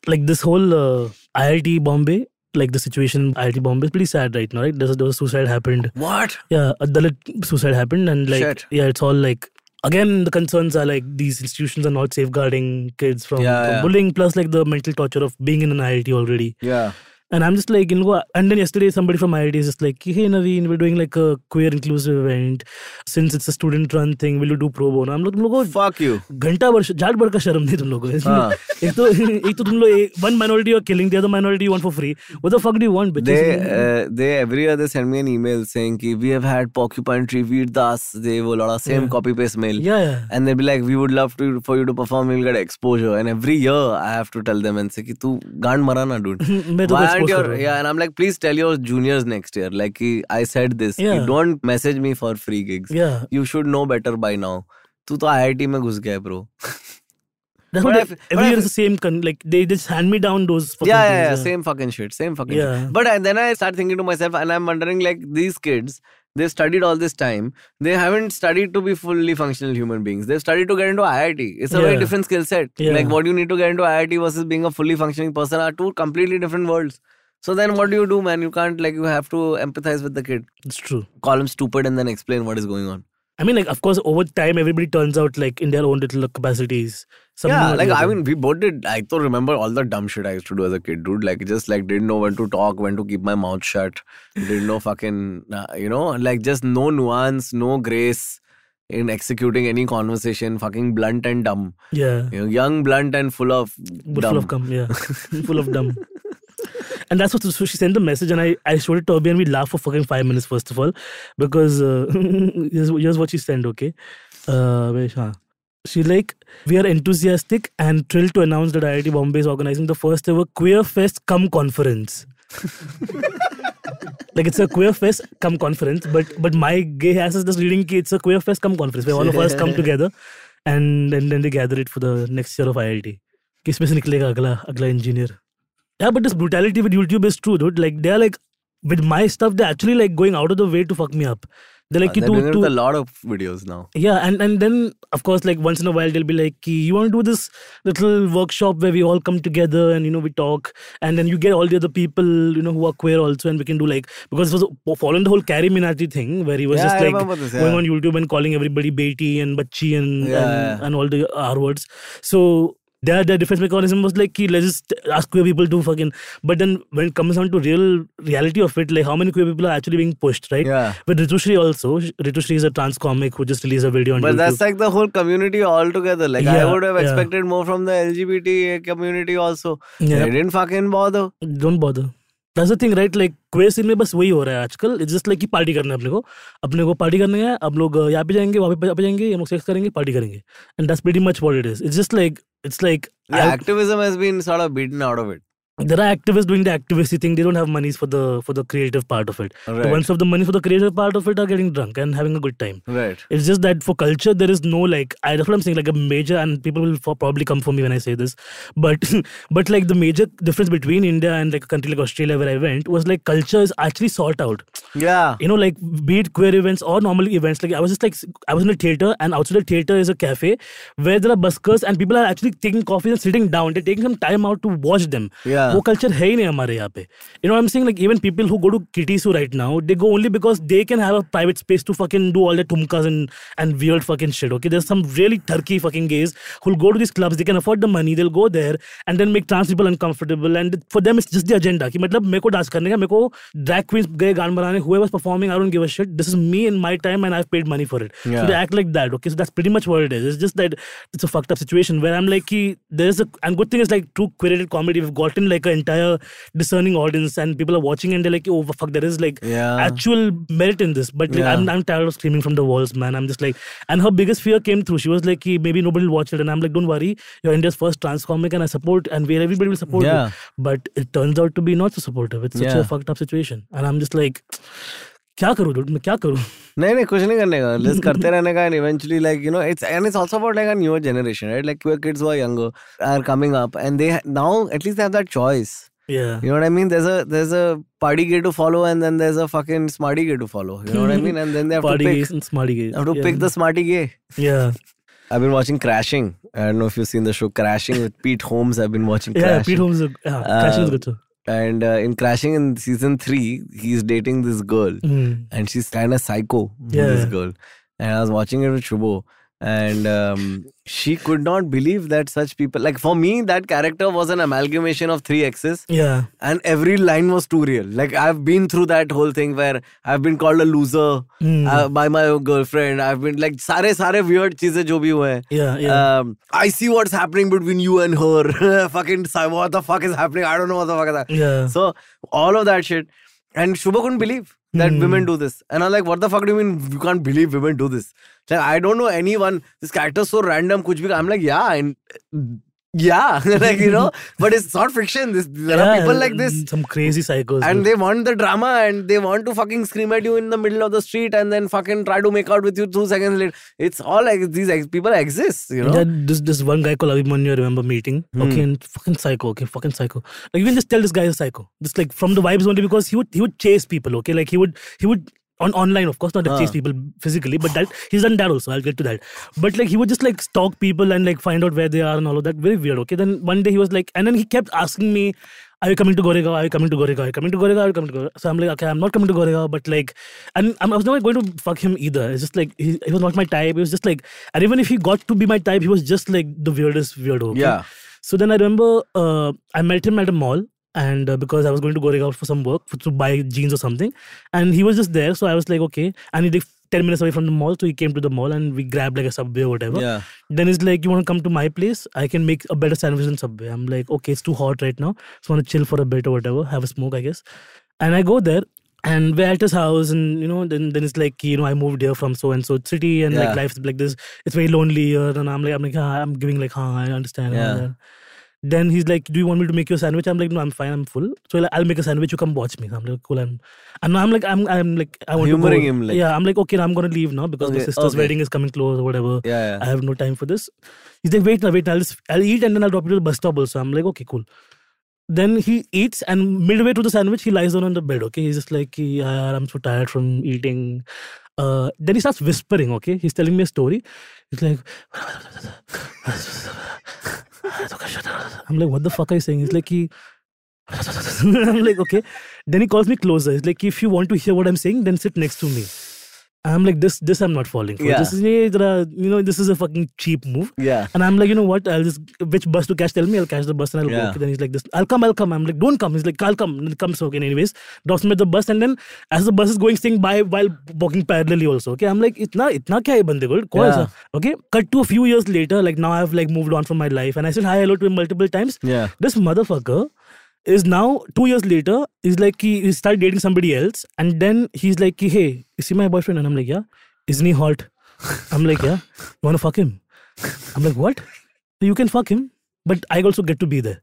Speaker 4: like this whole uh, IIT Bombay, like the situation in IIT Bombay is pretty sad right now, right? There's a, there was suicide happened.
Speaker 3: What?
Speaker 4: Yeah, a Dalit suicide happened, and like,
Speaker 3: Shit.
Speaker 4: yeah, it's all like again the concerns are like these institutions are not safeguarding kids from,
Speaker 3: Yeah,
Speaker 4: from
Speaker 3: yeah.
Speaker 4: bullying, plus like the mental torture of being in an IIT already.
Speaker 3: Yeah.
Speaker 4: And I'm just like, you know, and then yesterday somebody from IIT is just like, hey Naveen, we're doing like a queer inclusive event. Since it's a student run thing, will you do pro bono? I'm like, oh, "तुम लोगों,
Speaker 3: Fuck you.
Speaker 4: घंटा भर जाट भर का शर्म नहीं तुम लोगों को इसमें।
Speaker 3: हाँ।
Speaker 4: एक तो एक तो तुम लोग वन माइनॉरिटी और killing the other minority want for free what the fuck do want
Speaker 3: They
Speaker 4: bitches
Speaker 3: uh, they every other send me an email saying ki, we have had porcupine tree Veer Das they will lot of same
Speaker 4: Yeah.
Speaker 3: copy paste mail
Speaker 4: या या
Speaker 3: and they'll be like, we would love to for you to perform. You'll get exposure, and every year I have to tell them and say, "Ki tu gaan marana, dude."
Speaker 4: मैं तो
Speaker 3: Why
Speaker 4: expose
Speaker 3: aren't
Speaker 4: कर
Speaker 3: your
Speaker 4: रहा
Speaker 3: yeah? And I'm like, please tell your juniors next year. Like ki, I said this. ki,
Speaker 4: Yeah.
Speaker 3: don't message me for free gigs.
Speaker 4: हूं या
Speaker 3: You should know better by now. तू तो IIT में घुस गया है, bro.
Speaker 4: That's
Speaker 3: But
Speaker 4: what
Speaker 3: I fe- but
Speaker 4: every
Speaker 3: I
Speaker 4: year
Speaker 3: fe-
Speaker 4: the same like they just hand me down those
Speaker 3: yeah, yeah, yeah, same fucking shit, same fucking shit.
Speaker 4: Yeah.
Speaker 3: But I, then I start thinking to myself, and I'm wondering like these kids, they've studied all this time. They haven't studied to be fully functional human beings. They've studied to get into IIT. It's a very
Speaker 4: Yeah.
Speaker 3: different skill set.
Speaker 4: Yeah.
Speaker 3: Like what you need to get into IIT versus being a fully functioning person are two completely different worlds. So then what do you do, man? You can't like you have to empathize with the kid,
Speaker 4: it's true
Speaker 3: call him stupid, and then explain what is going on.
Speaker 4: I mean like of course over time everybody turns out like in their own little capacities
Speaker 3: yeah, like I mean, we both did. I still remember all the dumb shit I used to do as a kid, dude. Like just like didn't know when to talk, when to keep my mouth shut, didn't know fucking, uh, you know, like just no nuance, no grace in executing any conversation. Fucking blunt and dumb,
Speaker 4: या
Speaker 3: you know, young, blunt and full of dumb.
Speaker 4: full of cum yeah full of dumb and that's what so she sent the message and I, I showed it to Abhi and we laughed for fucking five minutes first of all because uh, here's, here's what she sent okay uh, Vesh, huh. she like we are enthusiastic and thrilled to announce that IIT Bombay is organizing the first ever queer fest cum conference like it's a queer fest cum conference but but my gay ass is just reading ki it's a queer fest cum conference where all of us come together and, and then they gather it for the next year of IIT किसमें से निकलेगा अगला अगला engineer Yeah, but this brutality with YouTube is true, dude. Like they're like with my stuff, they're actually like going out of the way to fuck me up. They're like,
Speaker 3: Ah, Uh, They're
Speaker 4: you
Speaker 3: doing
Speaker 4: do
Speaker 3: it
Speaker 4: two,
Speaker 3: with a lot of videos now.
Speaker 4: yeah and and then of course like once in a while they'll be like "Ki, you want to do this little workshop where we all come together and you know we talk and then you get all the other people you know who are queer also and we can do like because it was following the whole Carrie Minati thing where he was
Speaker 3: Yeah,
Speaker 4: just
Speaker 3: I
Speaker 4: like
Speaker 3: remember this,
Speaker 4: going
Speaker 3: yeah.
Speaker 4: on YouTube and calling everybody Beti and Bachi and
Speaker 3: Yeah,
Speaker 4: and,
Speaker 3: yeah.
Speaker 4: and all the R words so their, their defense mechanism was like "Ki, let's just ask queer people to fucking but then when it comes down to real reality of it like how many queer people are actually being pushed right
Speaker 3: Yeah.
Speaker 4: but Ritushri also, Ritushri is a trans comic who just released a video on
Speaker 3: But
Speaker 4: YouTube.
Speaker 3: that's like the whole community altogether. Like
Speaker 4: Yeah,
Speaker 3: I would have
Speaker 4: yeah.
Speaker 3: expected more from the LGBT community also.
Speaker 4: Yeah.
Speaker 3: They didn't fucking bother.
Speaker 4: Don't bother. That's the thing, right? Like queer scene में बस वही हो रहा है आजकल it's just like कि party करना है अपने को अपने को पार्टी करने है अब लोग अ, यहाँ पे जाएंगे वहाँ पे यहाँ पे जाएंगे हम लोग सेक्स करेंगे पार्टी करेंगे and that's pretty much what it is it's just like it's like
Speaker 3: The activism has been sort of beaten out of it.
Speaker 4: there are activists doing the activist thing they don't have monies for the for the creative part of it the
Speaker 3: Right.
Speaker 4: ones of the money for the creative part of it are getting drunk and having a good time
Speaker 3: Right.
Speaker 4: It's just that for culture, there is no like. I that's what I'm saying. Like a major, and people will for, probably come for me when I say this, but but like the major difference between India and like a country like Australia where I went was like culture is actually sought out.
Speaker 3: Yeah.
Speaker 4: You know, like be it queer events or normal events. Like I was just like s- I was in a theater, and outside the theater is a cafe where there are buskers and people are actually taking coffee and sitting down. They're taking some time out to watch them.
Speaker 3: Yeah.
Speaker 4: वो culture है ही नहीं हमारे यहाँ पे you know I am saying like even people who go to किटीसू right now they go only because they can have a private space to fucking do all the ठुमकास and and weird fucking shit okay there some really turkey fucking gays who go to this clubs they can afford the money they go there and then make trans people uncomfortable and for them it's just the agenda कि मतलब मेरे को dance करने का मेरे को drag queen's गए गान बनाने हुए was performing I don't give a shit this is me in my time and I have paid money for it so
Speaker 3: Yeah.
Speaker 4: They act like that. Okay, so that's pretty much what it is. It's just that it's a fucked up situation where I'm like, "Ki, there's a and good thing is like true curated comedy. We've gotten like an entire discerning audience, and people are watching and they're like, oh fuck, there is like
Speaker 3: Yeah.
Speaker 4: actual merit in this. But like,
Speaker 3: Yeah.
Speaker 4: I'm, I'm tired of screaming from the walls, man. I'm just like, and her biggest fear came through. She was like, "Ki, maybe nobody will watch it, and I'm like, don't worry, you're India's first trans comic, and I support, and where everybody will support
Speaker 3: Yeah.
Speaker 4: you. But it turns out to be not so supportive. It's such a
Speaker 3: Yeah.
Speaker 4: fucked up situation, and I'm just like. क्या करूँ dude मैं क्या करूँ
Speaker 3: नहीं नहीं कुछ नहीं करने का लिस्ट करते रहने का and eventually like you know it's and it's also about like a newer generation right like queer kids who are younger are coming up and they now at least they have that choice
Speaker 4: yeah
Speaker 3: You know what I mean? There's a there's a party gay to follow, and then there's a fucking smarty gay to follow. You know what I mean? And then they have
Speaker 4: party
Speaker 3: to
Speaker 4: gays
Speaker 3: pick.
Speaker 4: and smarty gays
Speaker 3: They have to
Speaker 4: yeah.
Speaker 3: pick the smarty gay.
Speaker 4: Yeah.
Speaker 3: I've been watching Crashing. I don't know if you've seen the show Crashing with Pete Holmes. I've been watching
Speaker 4: Yeah,
Speaker 3: Crashing.
Speaker 4: Pete Holmes. is a- Yeah,
Speaker 3: Uh,
Speaker 4: Crashing is good too.
Speaker 3: And uh, in Crashing in season three, he's dating this girl,
Speaker 4: Mm.
Speaker 3: and she's kind of psycho. with
Speaker 4: Yeah.
Speaker 3: This girl, and I was watching it with Shubho. And um, she could not believe that such people like for me that character was an amalgamation of three exes
Speaker 4: Yeah.
Speaker 3: and every line was too real like i've been through that whole thing where i've been called a loser
Speaker 4: Mm.
Speaker 3: uh, by my girlfriend i've been like sare sare weird cheeze jo bhi hue hain
Speaker 4: Yeah, yeah.
Speaker 3: um, i see what's happening between you and her fucking si- what the fuck is happening i don't know what the fuck is happening
Speaker 4: Yeah.
Speaker 3: so all of that shit and shubha couldn't believe that
Speaker 4: Hmm.
Speaker 3: women do this and i'm like what the fuck do you mean you can't believe women do this like i don't know anyone this character's so random kuch bhi i'm like yeah and yeah like you know but it's not fiction this there are
Speaker 4: Yeah, mm,
Speaker 3: people like this
Speaker 4: Some crazy psychos.
Speaker 3: and
Speaker 4: dude.
Speaker 3: they want the drama and they want to fucking scream at you in the middle of the street and then fucking try to make out with you two seconds later. It's all like these ex- people exist, you know? Hmm.
Speaker 4: That- this this one guy called Abhimanyu, I remember meeting. Okay, and fucking psycho. Okay, fucking psycho. Like you can just tell this guy is psycho. Just like from the vibes only because he would he would chase people. Okay, like he would he would on online of course not
Speaker 3: Uh.
Speaker 4: chase people physically, but that he's done that also. I'll get to that. But like he would just like stalk people and like find out where they are and all of that. Very weird. Okay, then one day he was like, and then he kept asking me. Are you coming to Goregaon? Are you coming to Goregaon? Are you coming to Goregaon? Are you coming to Goregaon? So I'm like, okay, I'm not coming to Goregaon, but like, and I'm, I was never going to fuck him either. It's just like he, he was not my type. He was just like, and even if he got to be my type, he was just like the weirdest weirdo. okay?
Speaker 3: Yeah.
Speaker 4: So then I remember uh, I met him at a mall. And uh, because I was going to Goregaon for some work for, to buy jeans or something, and he was just there, so I was like, okay. And he like ten minutes away from the mall, so he came to the mall and we grabbed like a subway or whatever.
Speaker 3: Yeah.
Speaker 4: Then he's like, you want to come to my place? I can make a better sandwich than Subway. I'm like, okay, it's too hot right now, so I want to chill for a bit or whatever, have a smoke, I guess. And I go there. And we're at his house, and you know, then then it's like you know, I moved here from so and so city, and like
Speaker 3: Yeah.
Speaker 4: life's like this. It's very lonely here, and I'm like, I'm like, ah, I'm giving like, huh, I understand. and all
Speaker 3: Yeah.
Speaker 4: that. Then he's like, "Do you want me to make you a sandwich?" I'm like, "No, I'm fine. I'm full. So like, I'll make a sandwich. You come watch me." I'm like, "Cool." I'm, and I'm like, I'm, I'm like, I want to
Speaker 3: Humoring
Speaker 4: go.
Speaker 3: him, like.
Speaker 4: Yeah, I'm like, okay, I'm gonna leave now because my
Speaker 3: Okay,
Speaker 4: sister's
Speaker 3: okay.
Speaker 4: wedding is coming close or whatever.
Speaker 3: Yeah, yeah.
Speaker 4: I have no time for this. He's like, wait, now, wait, I'll just, I'll eat and then I'll drop you to the bus stop also. I'm like, okay, cool. Then he eats and midway to the sandwich, he lies down on the bed. Okay, he's just like, "Ki, yaar, I'm so tired from eating. Uh, then he starts whispering. Okay, he's telling me a story. He's like, I'm like, what the fuck are you saying? He's like, he. I'm like, okay. Then he calls me closer. He's like, if you want to hear what I'm saying, then sit next to me. I'm like, this, this I'm not falling for.
Speaker 3: Yeah.
Speaker 4: This is, hey, there are- you know, this is a fucking cheap move.
Speaker 3: Yeah.
Speaker 4: And I'm like, you know what? I'll just which bus to catch? Tell me, I'll catch the bus and I'll
Speaker 3: Yeah.
Speaker 4: go. Okay, then he's like, this, I'll come, I'll come. I'm like, don't come. He's like, I'll come. It comes okay. Anyways, drops me at the bus and then as the bus is going, staying by while walking parallelly also. Okay, I'm like, itna itna kya hai bande ko? Koi
Speaker 3: Yeah.
Speaker 4: sa? Okay, cut to a few years later. Like now I've like moved on from my life and I said hi hello to him multiple times.
Speaker 3: Yeah.
Speaker 4: This motherfucker is now two years later. Is like he, he started dating somebody else and then he's like, कि, hey, is he my boyfriend? And I'm like, yeah. Isn't he hot? I'm like, yeah. You wanna fuck him? I'm like, what? You can fuck him, but I also get to be there.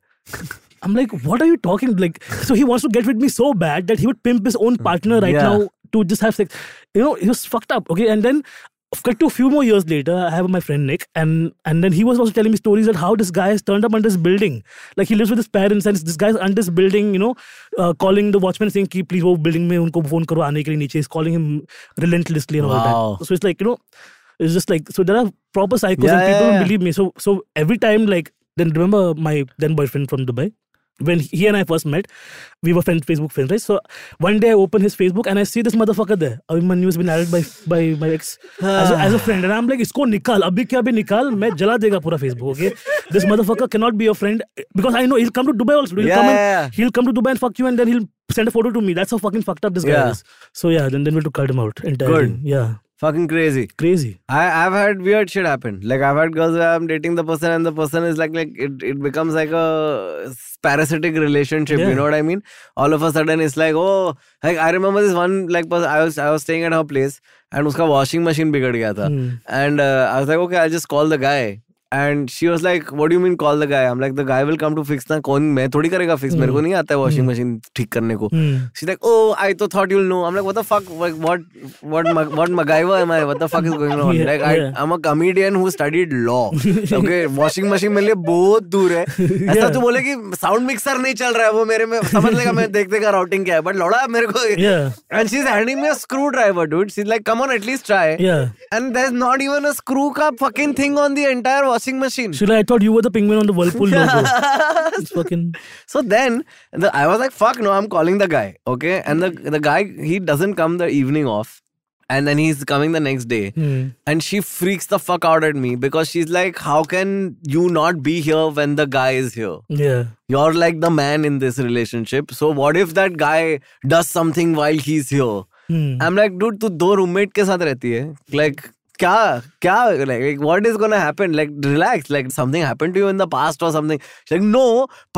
Speaker 4: I'm like, what are you talking? Like, so he wants to get with me so bad that he would pimp his own partner right
Speaker 3: Yeah.
Speaker 4: now to just have sex. You know, he was fucked up. Okay, and then cut to a few more years later, I have my friend Nick, and and then he was also telling me stories that how this guy has turned up under his building. Like he lives with his parents, and this guy's under his building. You know, uh, calling the watchman saying, "Ki please, वो building में उनको phone करो आने के लिए नीचे." He's calling him relentlessly and all
Speaker 3: Wow.
Speaker 4: that. So it's like you know, it's just like so there are proper psychos
Speaker 3: Yeah,
Speaker 4: and people
Speaker 3: yeah,
Speaker 4: don't
Speaker 3: yeah.
Speaker 4: believe me. So so every time like then remember my then boyfriend from Dubai. When he and I first met, we were friends, Facebook friends, right? So one day I open his Facebook and I see this motherfucker there. Abhimanyu has been added by by my ex as, a, as a friend, and I'm like, "Isko nikal, abhi kya bhi nikal, मैं जला देगा पूरा Facebook." Okay, this motherfucker cannot be your friend because I know he'll come to Dubai also. He'll
Speaker 3: Yeah,
Speaker 4: come
Speaker 3: yeah,
Speaker 4: and,
Speaker 3: yeah.
Speaker 4: he'll come to Dubai and fuck you, and then he'll send a photo to me. That's how fucking fucked up this guy
Speaker 3: Yeah.
Speaker 4: is. So yeah, then then we had to cut him out entirely.
Speaker 3: Good.
Speaker 4: Yeah,
Speaker 3: Fucking crazy.
Speaker 4: crazy.
Speaker 3: I, I've had weird shit happen. Like I've had girls where I'm dating the person and the person is like like it, it becomes like a parasitic relationship.
Speaker 4: Yeah.
Speaker 3: You know what I mean? All of a sudden it's like oh like I remember this one like person I was I was staying at her place and उसका washing machine बिगड़ गया था
Speaker 4: Hmm.
Speaker 3: and uh, I was like okay I'll just call the guy and she was like what do you mean call the guy I'm like the guy will come to fix ना कौन मैं थोड़ी करेगा fix मेरे को नहीं आता है washing machine ठीक करने को
Speaker 4: Hmm.
Speaker 3: She's like, oh, I th- thought you'll know. I'm like, what the fuck? Like, what, what, Mag- what MacGyver am I? What the fuck is going on?
Speaker 4: Yeah,
Speaker 3: like, I,
Speaker 4: yeah.
Speaker 3: I'm a comedian who studied law. okay, washing machine मेरे लिए बहुत दूर है. ऐसा
Speaker 4: Yeah.
Speaker 3: तू बोले कि sound mixer नहीं चल रहा है वो मेरे में समझ लेगा मैं देख देगा routing क्या है. But लौड़ा मेरे को.
Speaker 4: Yeah.
Speaker 3: And she's handing me a screwdriver, dude. She's like, come on, at least try.
Speaker 4: Yeah.
Speaker 3: And there's not even a screw ka fucking thing on the entire washing machine.
Speaker 4: Sheila, I thought you were the penguin on the whirlpool logo. It's fucking
Speaker 3: So then the, I was like, fuck no, I'm calling the guy. Okay. And the, the guy, he doesn't come the evening off. And then he's coming the next day.
Speaker 4: hmm.
Speaker 3: And she freaks the fuck out at me because she's like, how can you not be here when the guy is here?
Speaker 4: yeah.
Speaker 3: You're like the man in this relationship. So what if that guy does something while he's here?
Speaker 4: Hmm.
Speaker 3: I'm like, dude, तू दो roommate के साथ रहती है like क्या क्या like what is gonna happen like relax like something happened to you in the past or something she's like no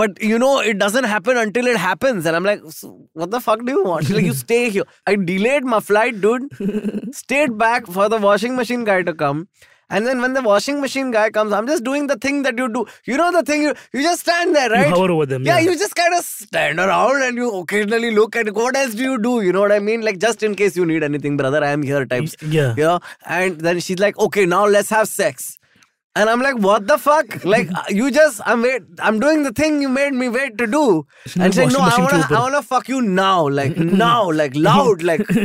Speaker 3: but you know it doesn't happen until it happens and I'm like "So what the fuck do you want she's like you stay here I delayed my flight dude stayed back for the washing machine guy to come and then when the washing machine guy comes I'm just doing the thing that you do you know the thing you you just stand there right
Speaker 4: hover over them,
Speaker 3: yeah,
Speaker 4: yeah.
Speaker 3: you just kind of stand around and you occasionally look at what else do you do you know what i mean like just in case you need anything brother i am here types
Speaker 4: Yeah.
Speaker 3: you know and then she's like okay now let's have sex and i'm like what the fuck like you just i'm wait i'm doing the thing you made me wait to do and
Speaker 4: like
Speaker 3: saying no
Speaker 4: washing
Speaker 3: i
Speaker 4: machine
Speaker 3: want to
Speaker 4: trooper."
Speaker 3: i want to fuck you now like now like loud like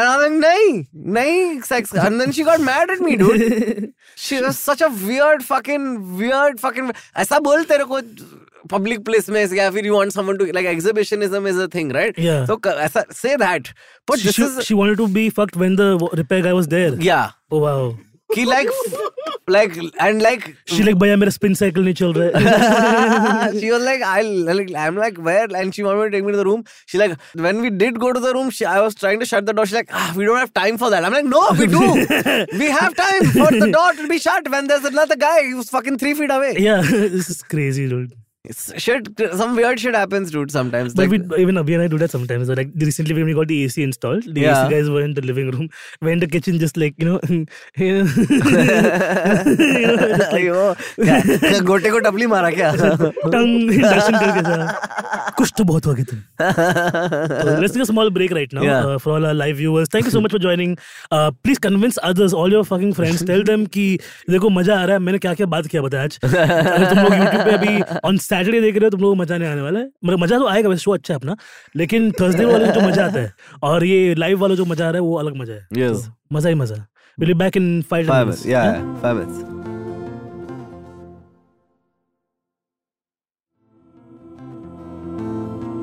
Speaker 3: and i'm like nay nay sex and then she got mad at me dude she was such a weird fucking weird fucking ऐसा बोल तेरे को public place में या फिर you want someone to like exhibitionism is a thing right
Speaker 4: Yeah.
Speaker 3: so ऐसा say that but
Speaker 4: She,
Speaker 3: this
Speaker 4: she-
Speaker 3: is
Speaker 4: she wanted to be fucked when the wa- repair guy was there.
Speaker 3: yeah
Speaker 4: Oh wow.
Speaker 3: कि like f- like and like
Speaker 4: She like भैया मेरा spin cycle नहीं चल रहा है."
Speaker 3: she was like, I, like, I'm like, where? And she wanted to take me to the room. She like, when we did go to the room, she, I was trying to shut the door. She's like, ah, we don't have time for that. I'm like, no, we do. we have time for the door to be shut when there's another guy who's fucking three feet away.
Speaker 4: yeah, this is crazy, dude.
Speaker 3: It's shit, some weird shit happens, dude. Sometimes.
Speaker 4: But
Speaker 3: Like,
Speaker 4: we, even Abhi and I do that sometimes. Like recently, when we got the AC installed, the
Speaker 3: Yeah.
Speaker 4: AC guys were in the living room, were in the kitchen, just like you know, you know, just like,
Speaker 3: अयो, क्या- क्या गोटे को टपली मारा क्या
Speaker 4: tongue दर्शन करके जा, कुछ तो बहुत हो गया तुम So let's take a small break right now
Speaker 3: Yeah.
Speaker 4: uh, for all our live viewers. Thank you so much for joining. Uh, please convince others, all your fucking friends. Tell them कि देखो मजा आ रहा है मैंने क्या क्या बात किया बताया आज अगर तुम लोग YouTube पे अभी on सैटरडे देख रहे हो तुम लोगों को मजा नहीं आने वाला है मतलब मजा तो आएगा वैसे शो अच्छा है अपना लेकिन थर्सडे वाले जो मजा आता है और ये लाइव वाला जो मजा आ रहा है वो अलग मजा है
Speaker 3: Yes.
Speaker 4: तो मजा ही मजा will be back in five
Speaker 3: Five minutes. Yeah,
Speaker 4: हाँ?
Speaker 3: yeah, five minutes.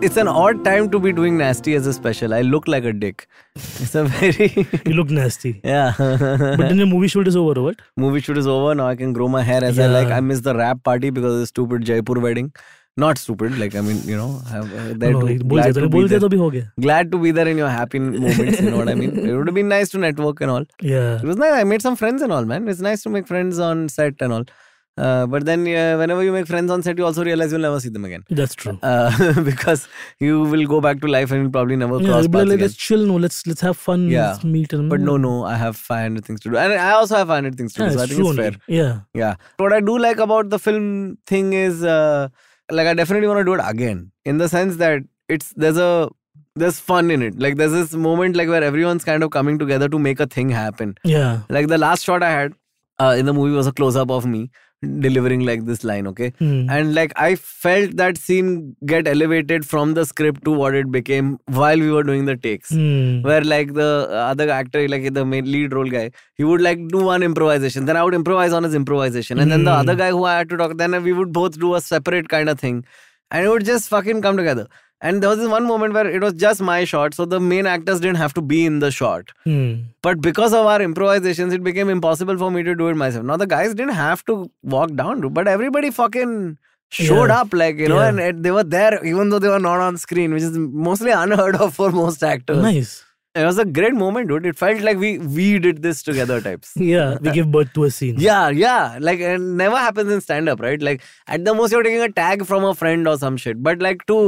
Speaker 3: It's an odd time to be doing nasty as a special. I look like a dick. It's a very
Speaker 4: you look nasty
Speaker 3: yeah.
Speaker 4: But then movie shoot is over what
Speaker 3: Movie shoot is over now. I can grow my hair as I
Speaker 4: Yeah.
Speaker 3: like. I miss the rap party because of the stupid Jaipur wedding. Not stupid. Like I mean, you know, I have, uh, there
Speaker 4: बोल
Speaker 3: to-
Speaker 4: दिया
Speaker 3: glad
Speaker 4: तो
Speaker 3: to
Speaker 4: बोल
Speaker 3: be
Speaker 4: दिया तो
Speaker 3: there.
Speaker 4: भी हो गया
Speaker 3: Glad to be there in your happy moments. You know what I mean? It would have been nice to network and all.
Speaker 4: Yeah.
Speaker 3: It was nice. I made some friends and all, man. It's nice to make friends on set and all. Uh, but then, uh, whenever you make friends on set, you also realize you'll never see them again.
Speaker 4: That's true.
Speaker 3: Uh, because you will go back to life and you'll probably never
Speaker 4: Yeah,
Speaker 3: cross
Speaker 4: it'll be
Speaker 3: paths
Speaker 4: like,
Speaker 3: again.
Speaker 4: let's chill, no, let's let's have fun,
Speaker 3: Yeah.
Speaker 4: let's meet and
Speaker 3: But no, no, I have 500 things to do. And I also have 500 things to
Speaker 4: mm. Yeah,
Speaker 3: do, so I
Speaker 4: it's
Speaker 3: think
Speaker 4: true
Speaker 3: it's fair.
Speaker 4: only. Yeah.
Speaker 3: Yeah. What I do like about the film thing is, uh, like, I definitely want to do it again. In the sense that it's there's a there's fun in it. Like, there's this moment like where everyone's kind of coming together to make a thing happen.
Speaker 4: Yeah.
Speaker 3: Like the last shot I had uh, in the movie was a close up of me delivering like this line, okay?
Speaker 4: Hmm.
Speaker 3: And like I felt that scene get elevated from the script to what it became while we were doing the takes.
Speaker 4: Hmm.
Speaker 3: Where like the other actor, like the main lead role guy, he would like do one improvisation, then I would improvise on his improvisation, and then the
Speaker 4: Hmm.
Speaker 3: other guy who I had to talk, then we would both do a separate kind of thing, and it would just fucking come together. And there was this one moment where it was just my shot, so the main actors didn't have to be in the shot.
Speaker 4: Hmm.
Speaker 3: But because of our improvisations, it became impossible for me to do it myself. Now the guys didn't have to walk down, but everybody fucking showed
Speaker 4: Yeah.
Speaker 3: up, like you know,
Speaker 4: Yeah.
Speaker 3: and it, they were there even though they were not on screen, which is mostly unheard of for most actors.
Speaker 4: Nice.
Speaker 3: It was a great moment, dude. It felt like we we did this together, types.
Speaker 4: Yeah. We give birth to a scene.
Speaker 3: Yeah, yeah. Like it never happens in stand up, right? Like at the most you're taking a tag from a friend or some shit. But like to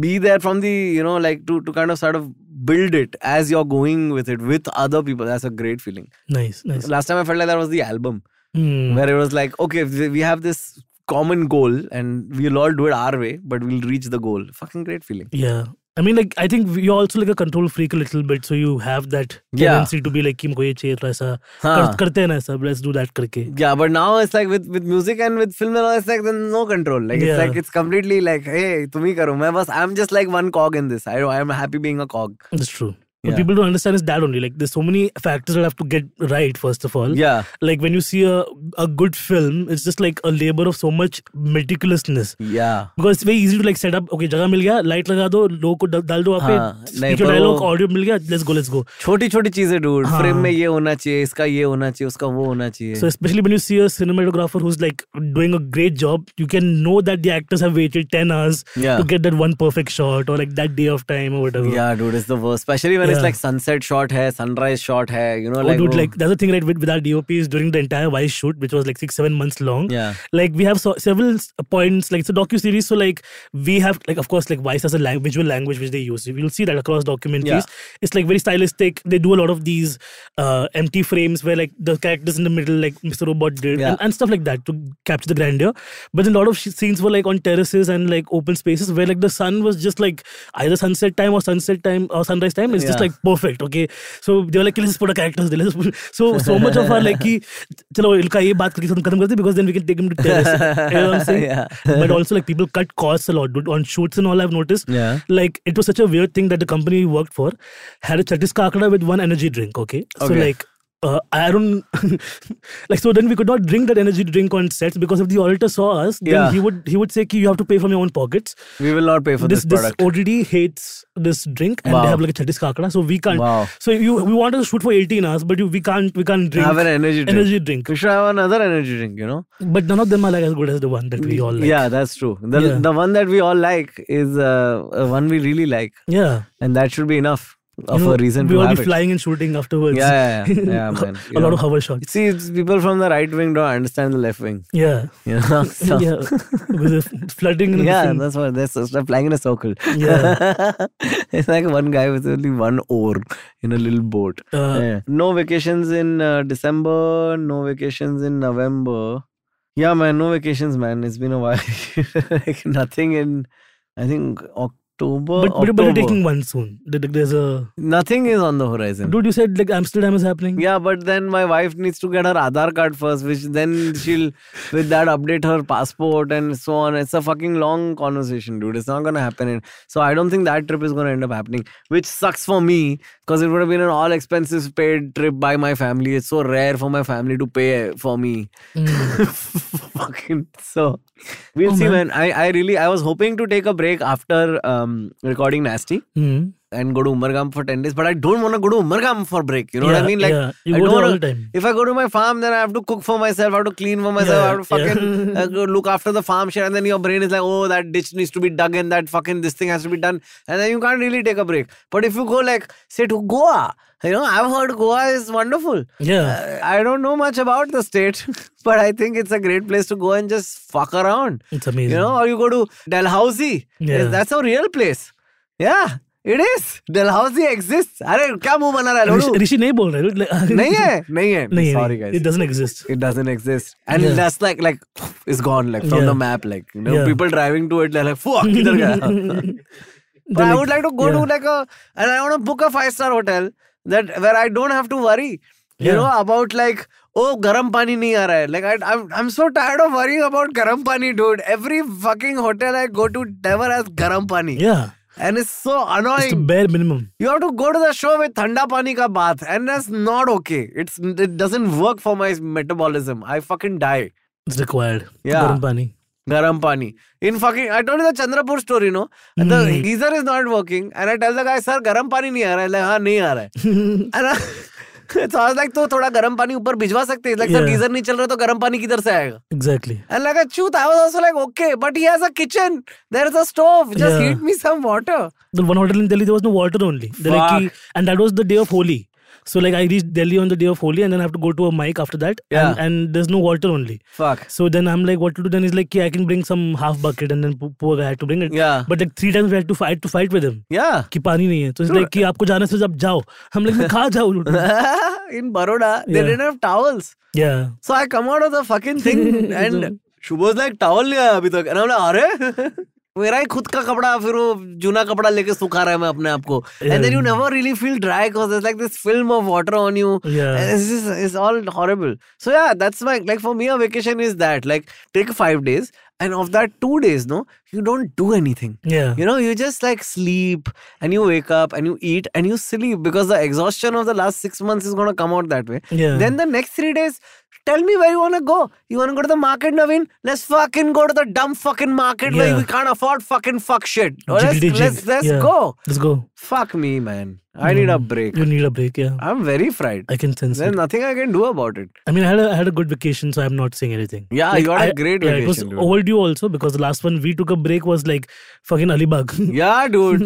Speaker 3: be there from the, you know, like to, to kind of sort of build it as you're going with it with other people. That's a great feeling.
Speaker 4: Nice. Nice.
Speaker 3: Last time I felt like that was the album
Speaker 4: Hmm.
Speaker 3: where it was like, okay, we we have this common goal and we'll all do it our way, but we'll reach the goal. Fucking great feeling.
Speaker 4: Yeah. I mean, like, I think you're also like a control freak a little bit, so you have that
Speaker 3: Yeah.
Speaker 4: tendency to be like, कि हमको ये चाहिए थोड़ा सा
Speaker 3: हाँ.
Speaker 4: कर, करते हैं ना सब let's do that करके
Speaker 3: Yeah, but now it's like with, with music and with film and all, it's like there's no control. Like it's
Speaker 4: Yeah.
Speaker 3: like it's completely like, hey, tum hi karo. Main bas, I'm just like one cog in this. I I'm happy being a cog.
Speaker 4: That's true. What
Speaker 3: Yeah.
Speaker 4: people don't understand is that only. Like, there's so many factors that have to get right, first of all.
Speaker 3: Yeah.
Speaker 4: Like, when you see a, a good film, it's just like a labor of so much meticulousness.
Speaker 3: Yeah.
Speaker 4: Because it's very easy to like set up okay जगह मिल गया light लगा दो लोगों को ड- डाल दो
Speaker 3: हाँ,
Speaker 4: वहाँ पे
Speaker 3: नहीं, पर
Speaker 4: डायलॉग
Speaker 3: वो-
Speaker 4: ऑडियो मिल गया लेट्स गो लेट्स गो
Speaker 3: छोटी छोटी चीजें डूड
Speaker 4: हाँ.
Speaker 3: फ्रेम में ये होना चाहिए इसका ये होना चाहिए उसका वो होना चाहिए
Speaker 4: so specially when you see a cinematographer who is like doing a great job you can know that the actors have waited 10 hours
Speaker 3: Yeah.
Speaker 4: To get that one perfect shot और like that day of time और whatever
Speaker 3: Yeah, dude, it's the worst. Especially when it's
Speaker 4: Yeah.
Speaker 3: like sunset shot है, sunrise shot है, you know,
Speaker 4: Oh,
Speaker 3: like.
Speaker 4: dude,
Speaker 3: वो-
Speaker 4: like that's the thing, right? With, with our DOPs during the entire Vice shoot, which was like six, seven months long.
Speaker 3: Yeah.
Speaker 4: Like we have so, several s- uh, points, like it's a docu series. So like we have, like of course, like Vice has a lang- visual language which they use. You'll see that across documentaries. It's like very stylistic. They do a lot of these uh, empty frames where like the characters in the middle, like Mr. Robot did,
Speaker 3: Yeah.
Speaker 4: and, and stuff like that to capture the grandeur. But then a lot of sh- scenes were like on terraces and like open spaces where like the sun was just like either sunset time or sunset time or sunrise time. It's just
Speaker 3: Yeah.
Speaker 4: like perfect okay so they were like let's just put a character let's just put so so much of our like कि चलो इनका ये बात करके खत्म खत्म करते because then we can take him to terrace you know what I'm saying
Speaker 3: Yeah.
Speaker 4: but also like people cut costs a lot dude on shoots and all I've noticed
Speaker 3: Yeah.
Speaker 4: like it was such a weird thing that the company we worked for had a chhattis kakda with one energy drink okay, so
Speaker 3: Okay.
Speaker 4: like uh, I don't like so then we could not drink that energy drink on sets because if the auditor saw us then
Speaker 3: Yeah.
Speaker 4: he would he would say ki you have to pay from your own pockets
Speaker 3: We will not pay for this,
Speaker 4: this this
Speaker 3: product.
Speaker 4: ODD hates this drink and
Speaker 3: Wow.
Speaker 4: they have like a Chhattis kakda so we can't
Speaker 3: Wow.
Speaker 4: so you we wanted to shoot for 18 hours but you, we can't we can't drink
Speaker 3: Have an energy drink.
Speaker 4: energy drink
Speaker 3: We should have another energy drink, you know?
Speaker 4: but none of them are like as good as the one that we all like
Speaker 3: Yeah, that's true. The,
Speaker 4: Yeah.
Speaker 3: the one that we all like is uh, uh, one we really like.
Speaker 4: yeah
Speaker 3: And that should be enough
Speaker 4: You
Speaker 3: of
Speaker 4: know,
Speaker 3: a reason
Speaker 4: we
Speaker 3: to
Speaker 4: all
Speaker 3: have
Speaker 4: be
Speaker 3: it.
Speaker 4: flying and shooting afterwards
Speaker 3: Yeah, yeah, yeah, yeah, man.
Speaker 4: a
Speaker 3: You
Speaker 4: lot
Speaker 3: know.
Speaker 4: of hover shots
Speaker 3: See, it's people from the right wing don't understand the left wing.
Speaker 4: yeah
Speaker 3: You know? So-
Speaker 4: yeah with the f- flooding and
Speaker 3: yeah,
Speaker 4: everything.
Speaker 3: that's why they're so- they're flying in a circle.
Speaker 4: Yeah.
Speaker 3: it's like one guy with only one oar in a little boat.
Speaker 4: Uh,
Speaker 3: Yeah. No vacations in uh, December, no vacations in November. Yeah, man, no vacations, man. It's been a while. like nothing in, I think, Oc October.
Speaker 4: But, but, but
Speaker 3: October.
Speaker 4: you're taking one soon. There- There's a
Speaker 3: Nothing is on the horizon.
Speaker 4: dude. You said like Amsterdam is happening.
Speaker 3: Yeah, but then my wife needs to get her Aadhaar card first, which then she'll, with that, update her passport and so on. It's a fucking long conversation, dude. It's not gonna happen. And so I don't think that trip is gonna end up happening, which sucks for me because it would have been an all expenses paid trip by my family. It's so rare for my family to pay for me. fucking so we'll
Speaker 4: Mm. Oh,
Speaker 3: see
Speaker 4: man.
Speaker 3: man. I, I really I was hoping to take a break after um, recording Nasty
Speaker 4: Hmm.
Speaker 3: and go to Umargam for 10 days, but I don't want to go to Umargam for break. You know what I
Speaker 4: Yeah,
Speaker 3: mean? Like,
Speaker 4: yeah. You
Speaker 3: I
Speaker 4: go
Speaker 3: don't
Speaker 4: there all
Speaker 3: wanna-
Speaker 4: the time.
Speaker 3: If I go to my farm, then I have to cook for myself, I have to clean for myself, I have to
Speaker 4: Yeah, yeah.
Speaker 3: fucking uh, go look after the farm shit. And then your brain is like, oh, that ditch needs to be dug and that fucking this thing has to be done. And then you can't really take a break. But if you go, like, say to Goa, you know, I've heard Goa is wonderful.
Speaker 4: Yeah.
Speaker 3: Uh, I don't know much about the state, but I think it's a great place to go and just fuck around.
Speaker 4: It's amazing.
Speaker 3: You know, or you go to Dalhousie.
Speaker 4: Yeah.
Speaker 3: That's a real place. Yeah, it is. Dalhousie exists. अरे क्या मुंह बना रहा है
Speaker 4: ऋषि
Speaker 3: लोडू?
Speaker 4: ऋषि नहीं बोल रहे like,
Speaker 3: नहीं है, नहीं है.
Speaker 4: नहीं
Speaker 3: Sorry
Speaker 4: नहीं,
Speaker 3: guys.
Speaker 4: it doesn't exist
Speaker 3: It doesn't exist. And
Speaker 4: Yeah.
Speaker 3: that's like like it's gone like from
Speaker 4: Yeah.
Speaker 3: the map like you know
Speaker 4: Yeah.
Speaker 3: people driving to it they're like fuck किधर गया? But
Speaker 4: They're
Speaker 3: I would like to go
Speaker 4: तो yeah.
Speaker 3: to like a and I want to book a five star hotel that where I don't have to worry, you
Speaker 4: Yeah.
Speaker 3: know, about like oh garam pani nahi aa raha hai. Like I, I'm I'm so tired of worrying about garam pani, dude. Every fucking hotel I go to never has garam pani,
Speaker 4: yeah
Speaker 3: and it's so
Speaker 4: it's the
Speaker 3: annoying.
Speaker 4: bare minimum
Speaker 3: You have to go to the show with thanda pani ka bath, and that's not okay. It's it doesn't work for my metabolism. I fucking die.
Speaker 4: it's required
Speaker 3: Yeah.
Speaker 4: garam pani
Speaker 3: Garam pani. In fucking, I told you the Chandrapur story, no? And the
Speaker 4: Hmm.
Speaker 3: geyser is not working. And I tell the guy, sir, garam pani nahi aa raha hai. Like, हाँ, नहीं आ रहा है. And I, so I was like, तो थोड़ा गरम पानी ऊपर भिजवा सकते हैं. He's Like, sir,
Speaker 4: Yeah.
Speaker 3: geyser नहीं चल रहा तो गरम पानी किधर से आएगा?
Speaker 4: exactly
Speaker 3: And like a chut, I was also like, okay, but he has a kitchen. There is a stove. Just
Speaker 4: Yeah.
Speaker 3: heat me some water.
Speaker 4: the one hotel in Delhi there was no water only They're like,
Speaker 3: Fuck.
Speaker 4: "Ki-" and that was the day of Holi so like I reached Delhi on the day of Holi and then I have to go to a mic after that
Speaker 3: Yeah.
Speaker 4: and, and there's no water only
Speaker 3: Fuck.
Speaker 4: so then I'm like what to do then is like "Ki, I can bring some half bucket and then po- poor guy had to bring it
Speaker 3: Yeah.
Speaker 4: but like three times we had to fight to fight with him
Speaker 3: Yeah.
Speaker 4: कि पानी नहीं है तो इसलिए कि आपको जाना से जब जाओ हम लोग कहा जाओ
Speaker 3: In Baroda, they
Speaker 4: Yeah.
Speaker 3: didn't have towels.
Speaker 4: या
Speaker 3: So I come out of the fucking thing and Shubho's like towel लिया है अभी तक and I'm like अरे मेरा ही खुद का कपड़ा फिर वो जूना कपड़ा लेके सुखा रहा है मैं अपने आप को and then you never really feel dry because there's like this film of water on you
Speaker 4: Yeah.
Speaker 3: and it's just it's all horrible so yeah that's my like for me a vacation is that like take five days and of that two days no you don't do anything
Speaker 4: या
Speaker 3: you know, you just like sleep and you wake up and you eat and you sleep because the exhaustion of the last six months is going to come out that way.
Speaker 4: Yeah.
Speaker 3: Then the next three days, tell me where you want to go. You want to go to the market, Naveen? Let's fucking go to the dumb fucking market where
Speaker 4: Yeah.
Speaker 3: we can't afford fucking fuck shit. Or let's
Speaker 4: Jiggity jig.
Speaker 3: let's, let's
Speaker 4: Yeah.
Speaker 3: go.
Speaker 4: Let's go. Mm.
Speaker 3: Fuck me, man. I need a break.
Speaker 4: You need a break, yeah.
Speaker 3: I'm very fried.
Speaker 4: I can sense
Speaker 3: There's
Speaker 4: it.
Speaker 3: nothing I can do about it.
Speaker 4: I mean, I had a, I had a good vacation, so I'm not saying anything.
Speaker 3: Yeah, you had a great
Speaker 4: yeah, It was
Speaker 3: vacation, dude.
Speaker 4: overdue also because the last one we took a break was like fucking Alibag.
Speaker 3: Yeah, dude.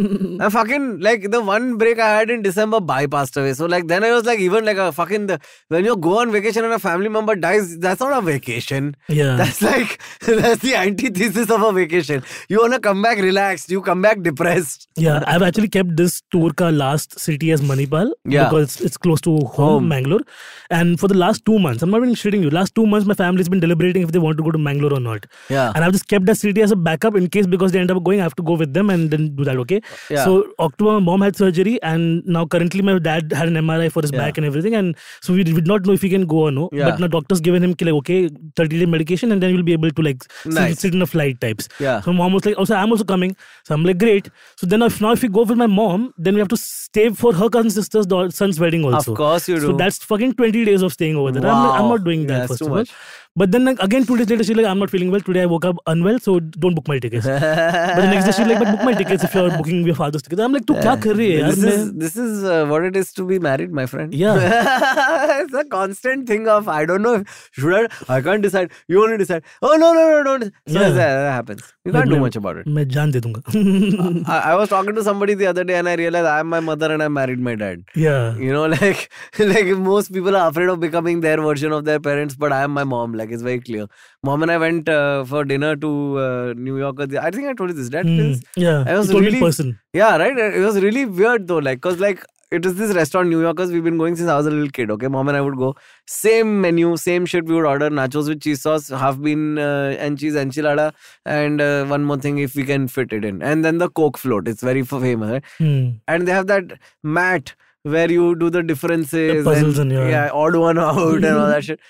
Speaker 3: I fucking like the one break I had in December bypassed away. So like then I was like even like a fucking the, when you go on vacation and a family member dies, that's not a vacation.
Speaker 4: Yeah.
Speaker 3: That's like that's the antithesis of a vacation. You wanna come back relaxed, you come back depressed.
Speaker 4: yeah, I've actually kept this tour ka last city as Manipal
Speaker 3: Yeah.
Speaker 4: because it's, it's close to home, Mangalore. And for the last two months, I'm not even shitting you. Last two months, my family's been deliberating if they want to go to Mangalore or not.
Speaker 3: Yeah.
Speaker 4: And I've just kept that city as a backup in case because they end up going, I have to go with them and then do that. Okay.
Speaker 3: Yeah.
Speaker 4: So October, my mom had surgery, and now currently my dad had an MRI for his back and everything, and so we did not know if he can go or no.
Speaker 3: Yeah.
Speaker 4: But now doctors given him ki like okay, thirty day medication, and then you'll be able to like sit-
Speaker 3: Nice.
Speaker 4: sit, in a flight types.
Speaker 3: Yeah.
Speaker 4: So mom was like, also I'm also coming. So I'm like great. So then if now if we go with my mom, then we have to stay for her cousin sister's daugh- son's wedding also.
Speaker 3: course you
Speaker 4: So
Speaker 3: do.
Speaker 4: that's fucking twenty days of staying over there. I'm, like, I'm
Speaker 3: Wow.
Speaker 4: not doing that
Speaker 3: Yeah, it's
Speaker 4: first
Speaker 3: too
Speaker 4: of all.
Speaker 3: much.
Speaker 4: But then like, again two days later she's like, I'm not feeling well. Today I woke up unwell, so don't book my tickets. but the next day she's like, but book my tickets if you're booking your father's tickets. I'm like, तू क्या कर रही है यार
Speaker 3: This
Speaker 4: मैं
Speaker 3: is this is uh, what it is to be married, my friend.
Speaker 4: Yeah.
Speaker 3: it's a constant thing of I don't know if should I I can't decide. You only decide. Oh no no no don't. So
Speaker 4: Yeah.
Speaker 3: that, that happens. You
Speaker 4: But
Speaker 3: can't do
Speaker 4: मैं-
Speaker 3: much about it.
Speaker 4: मैं जान दे दूंगा
Speaker 3: I, I was talking to somebody the other day and I realized I'm my mother and I married my dad.
Speaker 4: yeah
Speaker 3: You know, like like most people are afraid of becoming their version of their parents, but I am my mom. Like it's very clear. Mom and I went uh, for dinner to uh, New York. the- I think I told you this. Dad,
Speaker 4: Hmm.
Speaker 3: this-
Speaker 4: yeah
Speaker 3: I was
Speaker 4: you told me in
Speaker 3: really-
Speaker 4: person
Speaker 3: yeah, right. It was really weird though, like, cause like it is this restaurant, New Yorkers. We've been going since I was a little kid. Okay, mom and I would go. Same menu, same shit. We would order nachos with cheese sauce, half bean uh, and cheese enchilada, and uh, one more thing if we can fit it in. And then the Coke float. It's very f- famous. Right?
Speaker 4: Hmm.
Speaker 3: And they have that mat where you do the differences,
Speaker 4: The puzzles and your-
Speaker 3: yeah, odd one out and all that shit.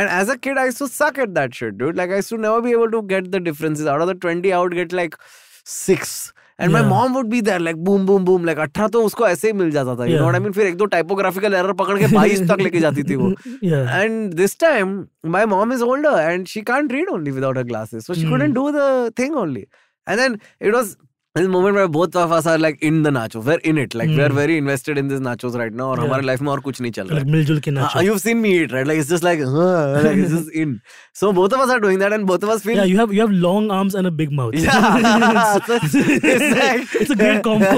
Speaker 3: And as a kid, I used to suck at that shit, dude. Like I used to never be able to get the differences. Out of the twenty, I would get like six. And my
Speaker 4: Yeah.
Speaker 3: mom would be there like boom boom boom like अठारह तो उसको ऐसे ही मिल जाता था you know
Speaker 4: Yeah.
Speaker 3: What I mean फिर एक दो टाइपोग्राफिकल एरर पकड़ के बाईस तक लेके जाती थी वो
Speaker 4: yeah.
Speaker 3: And this time, my mom is older and she can't read only without her glasses. So she couldn't do the thing only. And then it was this moment where both of us are like in the nachos. We're in it. Like we're very invested in this nachos right now. और हमारे life में और कुछ नहीं चल रहा
Speaker 4: like
Speaker 3: है.
Speaker 4: मिलजुल के
Speaker 3: Uh,
Speaker 4: nacho
Speaker 3: you've seen me eat, right? Like it's just like, uh, like it's just in. So both of us are doing that, and both of us feel
Speaker 4: yeah you have you have long arms and a big mouth
Speaker 3: Yeah.
Speaker 4: It's- it's, a great combo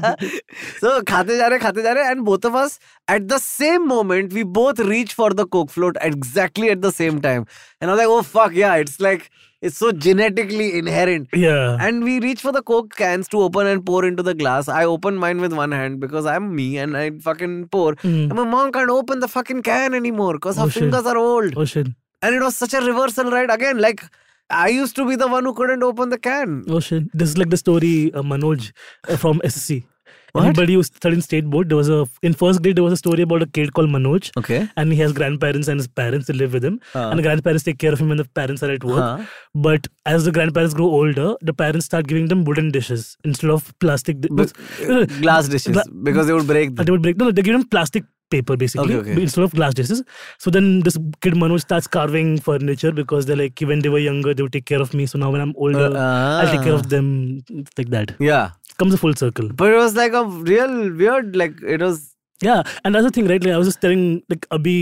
Speaker 3: so खाते जा रहे खाते जा रहे and both of us at the same moment we both reach for the coke float exactly at the same time and I'm like oh fuck yeah it's like it's so genetically inherent
Speaker 4: yeah
Speaker 3: and we reach for the coke cans to open and pour into the glass I open mine with one hand because I'm me and I fucking pour
Speaker 4: Mm.
Speaker 3: and my mom can't open the fucking can anymore because her
Speaker 4: Oh, shit.
Speaker 3: fingers are old
Speaker 4: oh shit
Speaker 3: and it was such a reversal right again like I used to be the one who couldn't open the can
Speaker 4: Oh shit! This is like the story uh, Manoj uh, from SSC.
Speaker 3: What?
Speaker 4: Anybody who studied in state board, there was a in first grade there was a story about a kid called Manoj,
Speaker 3: okay
Speaker 4: and he has grandparents and his parents they live with him,
Speaker 3: Huh.
Speaker 4: and the grandparents take care of him when the parents are at work.
Speaker 3: Huh.
Speaker 4: But as the grandparents grow older, the parents start giving them wooden dishes instead of plastic. Di-
Speaker 3: But, uh, glass dishes
Speaker 4: Gla-
Speaker 3: because they would break
Speaker 4: and
Speaker 3: them.
Speaker 4: they would break. No, no, they give him plastic paper basically
Speaker 3: Okay, okay.
Speaker 4: instead of glass dishes. So then this kid Manoj starts carving furniture because they're like when they were younger they would take care of me. So now when I'm older,
Speaker 3: Uh,
Speaker 4: I'll take care
Speaker 3: ah.
Speaker 4: of them It's like that.
Speaker 3: Yeah,
Speaker 4: Comes a full circle.
Speaker 3: but it was like a real weird. Like it was.
Speaker 4: Yeah, and that's the thing, right? Like I was just telling like Abhi,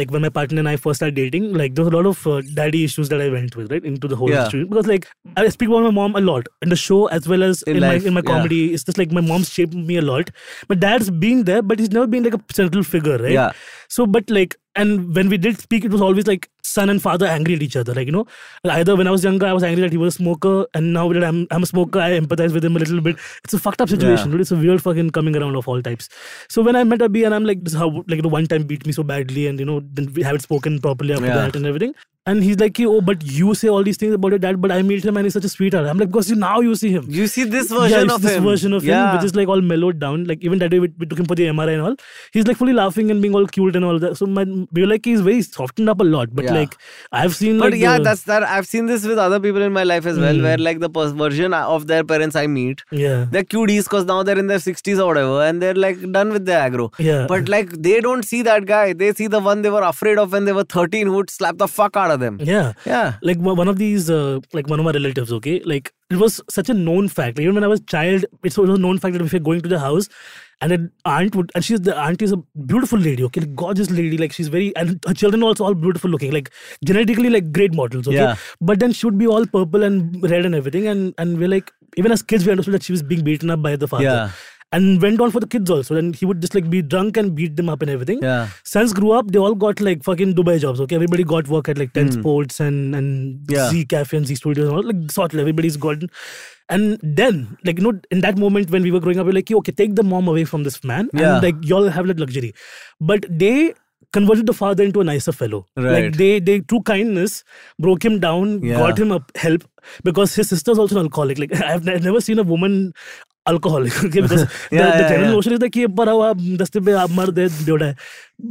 Speaker 4: like when my partner and I first started dating, like there was a lot of uh, daddy issues that I went with, right, into the whole
Speaker 3: Yeah.
Speaker 4: situation because like I speak about my mom a lot in the show as well as
Speaker 3: In
Speaker 4: in,
Speaker 3: life,
Speaker 4: my in my
Speaker 3: yeah.
Speaker 4: comedy. It's just like my mom's shaped me a lot. My dad's been there, but he's never been like a central figure, right?
Speaker 3: Yeah.
Speaker 4: So, but like, and when we did speak, it was always like son and father angry at each other. Like, you know, either when I was younger, I was angry that he was a smoker, and now that I'm, I'm a smoker, I empathize with him a little bit. It's a fucked up situation, dude. It's a weird fucking coming around of all types. So, when I met Abhi, and I'm like, this is how, like, the one time beat me so badly, and, you know, then we haven't spoken properly after
Speaker 3: Yeah.
Speaker 4: that and everything. And he's like, oh, but you say all these things about your dad, but I meet him and he's such a sweetheart. I'm like, because you, now you see him
Speaker 3: You see this version
Speaker 4: yeah,
Speaker 3: of
Speaker 4: it's this
Speaker 3: him.
Speaker 4: version of
Speaker 3: yeah.
Speaker 4: him, which is like all mellowed down. Like even that day we, we took him for the MRI and all. He's like fully laughing and being all cute and all that. So my, we were like he's very softened up a lot. But
Speaker 3: Yeah.
Speaker 4: like I've seen
Speaker 3: but
Speaker 4: like
Speaker 3: yeah,
Speaker 4: the-
Speaker 3: that's that. I've seen this with other people in my life as well,
Speaker 4: Mm.
Speaker 3: where like the pers- version of their parents I meet,
Speaker 4: yeah
Speaker 3: they're cuties because now they're in their sixties or whatever, and they're like done with their aggro.
Speaker 4: yeah.
Speaker 3: But like they don't see that guy. They see the one they were afraid of when they were thirteen, who'd slap the fuck out of them.
Speaker 4: yeah.
Speaker 3: Yeah.
Speaker 4: Like one one of these, uh, like one of my relatives, okay? Like it was such a known fact. Like, even when I was a child, it's was a known fact that if you're going to the house and an aunt would, and she's the aunt is a beautiful lady, okay? Like, gorgeous lady. Like she's very, and her children also all beautiful looking, like genetically like great models, okay?
Speaker 3: Yeah.
Speaker 4: But then she would be all purple and red and everything. And, and we're like, even as kids, we understood that she was being beaten up by the father.
Speaker 3: Yeah.
Speaker 4: And went on for the kids also. And he would just like be drunk and beat them up and everything
Speaker 3: Yeah.
Speaker 4: sons grew up, they all got like fucking Dubai jobs. Okay, everybody got work at like Ten Sports and and
Speaker 3: Hmm. Yeah.
Speaker 4: Z Cafe and Z Studios and all like sorted. Everybody's gotten. And then, like you know, in that moment when we were growing up, we were like, "Yo, okay, take the mom away from this man,
Speaker 3: Yeah.
Speaker 4: and like y'all have that luxury. But they converted the father into a nicer fellow.
Speaker 3: Right.
Speaker 4: Like they, they through kindness broke him down,
Speaker 3: Yeah.
Speaker 4: got him a help because his sister's also an alcoholic. Like I've, ne- never seen a woman alcoholic. Okay, because
Speaker 3: Yeah,
Speaker 4: the, the
Speaker 3: yeah,
Speaker 4: general
Speaker 3: yeah.
Speaker 4: notion is that कि ये परा हुआ दस्ते पे आप मर दे बेवड़ा है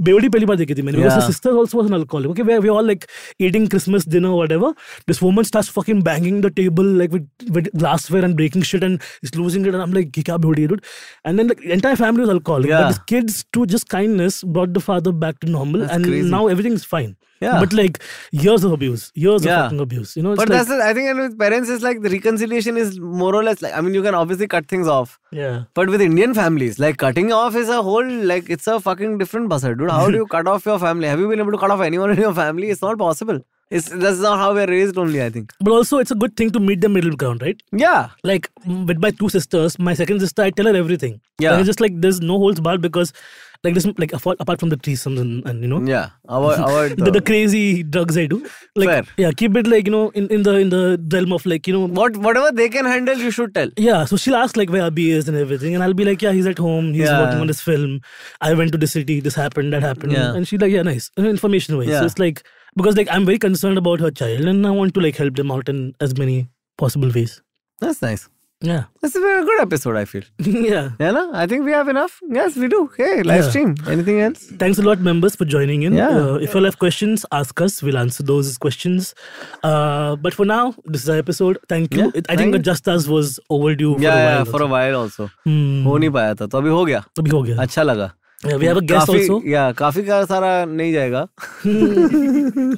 Speaker 4: बेवड़ी पहली बार देखी थी मैंने
Speaker 3: Yeah.
Speaker 4: because his sister also was an alcoholic okay we we all like eating Christmas dinner or whatever this woman starts fucking banging the table like with, with glassware and breaking shit and is losing it and I'm like "ये क्या बेवड़ी है dude and then like entire family was alcoholic
Speaker 3: Yeah.
Speaker 4: but his kids to just kindness brought the father back to normal
Speaker 3: That's
Speaker 4: and
Speaker 3: crazy.
Speaker 4: now everything is fine
Speaker 3: Yeah.
Speaker 4: but like years of abuse years
Speaker 3: Yeah.
Speaker 4: of fucking abuse you know it's
Speaker 3: But
Speaker 4: like
Speaker 3: that's the, I think and with parents is like the reconciliation is more or less like I mean you can obviously cut things off.
Speaker 4: yeah
Speaker 3: But with Indian families, like cutting off is a whole like it's a fucking different buzzer, dude. How do you cut off your family? Have you been able to cut off anyone in your family? It's not possible. It's, that's not how we're raised only, I think.
Speaker 4: But also, it's a good thing to meet the middle ground, right?
Speaker 3: Yeah.
Speaker 4: Like mm, with my two sisters, my second sister, I tell her everything.
Speaker 3: Yeah.
Speaker 4: And it's just like there's no holds barred because, like this, like apart, apart from the threesomes and, and you know,
Speaker 3: Yeah. Avoid, avoid
Speaker 4: the, the
Speaker 3: the-
Speaker 4: crazy drugs I do. Like
Speaker 3: Fair.
Speaker 4: yeah, keep it like you know in, in the in the realm of like you know.
Speaker 3: what whatever they can handle, you should tell.
Speaker 4: Yeah, so she'll ask like where Abhi is and everything, and I'll be like, yeah, he's at home, he's
Speaker 3: Yeah.
Speaker 4: working on his film. I went to the city, this happened, that happened,
Speaker 3: Yeah.
Speaker 4: and she's like, yeah, nice, uh, information wise.
Speaker 3: Yeah.
Speaker 4: So it's like because like I'm very concerned about her child, and I want to like help them out in as many possible ways.
Speaker 3: That's nice.
Speaker 4: Yeah,
Speaker 3: This is a very good episode, I feel.
Speaker 4: yeah.
Speaker 3: Yeah, na? I think we have enough. Yes, we do. Hey, live
Speaker 4: Yeah.
Speaker 3: stream. Anything else?
Speaker 4: Thanks a lot, members, for joining in.
Speaker 3: Yeah.
Speaker 4: Uh, if you'll have questions, ask us. We'll answer those questions. Uh, but for now, this is our episode. Thank you.
Speaker 3: Yeah,
Speaker 4: It- I
Speaker 3: thank
Speaker 4: think
Speaker 3: you.
Speaker 4: the Just Us was overdue for
Speaker 3: Yeah,
Speaker 4: a while.
Speaker 3: yeah, for a while also. हो नहीं पाया था तो अभी हो गया
Speaker 4: अभी हो गया.
Speaker 3: अच्छा लगा
Speaker 4: Yeah, we have a guest
Speaker 3: काफी-
Speaker 4: also.
Speaker 3: yeah, काफी का सारा नहीं जाएगा
Speaker 4: वो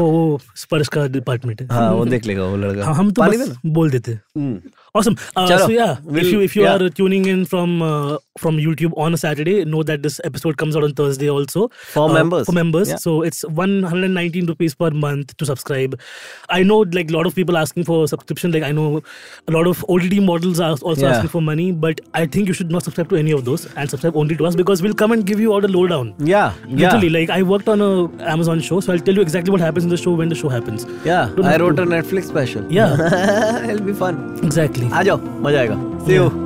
Speaker 4: वो स्पर्श का डिपार्टमेंट है
Speaker 3: हाँ वो देख लेगा वो लड़का
Speaker 4: हाँ, हम तो
Speaker 3: पानी
Speaker 4: बस
Speaker 3: देना Hmm.
Speaker 4: बोल देते हैं Awesome. Uh,
Speaker 3: चलो,
Speaker 4: so yeah, if
Speaker 3: we'll-
Speaker 4: you if you
Speaker 3: yeah.
Speaker 4: are tuning in from uh, from YouTube on a Saturday, know that this episode comes out on Thursday also Uh,
Speaker 3: For members.
Speaker 4: For members,
Speaker 3: Yeah.
Speaker 4: so it's 119 rupees per month to subscribe. I know like a lot of people asking for subscription. Like I know a lot of OTT models are also
Speaker 3: Yeah.
Speaker 4: asking for money, but I think you should not subscribe to any of those and subscribe only to us because we'll come and give you all the lowdown.
Speaker 3: Yeah, yeah,
Speaker 4: Literally, like I worked on a Amazon show, so I'll tell you exactly what happens in the show when the show happens.
Speaker 3: yeah.
Speaker 4: Don't
Speaker 3: I
Speaker 4: have
Speaker 3: wrote
Speaker 4: to-
Speaker 3: a Netflix special.
Speaker 4: Yeah.
Speaker 3: It'll be fun.
Speaker 4: Exactly.
Speaker 3: आ जाओ मजा आएगा See you.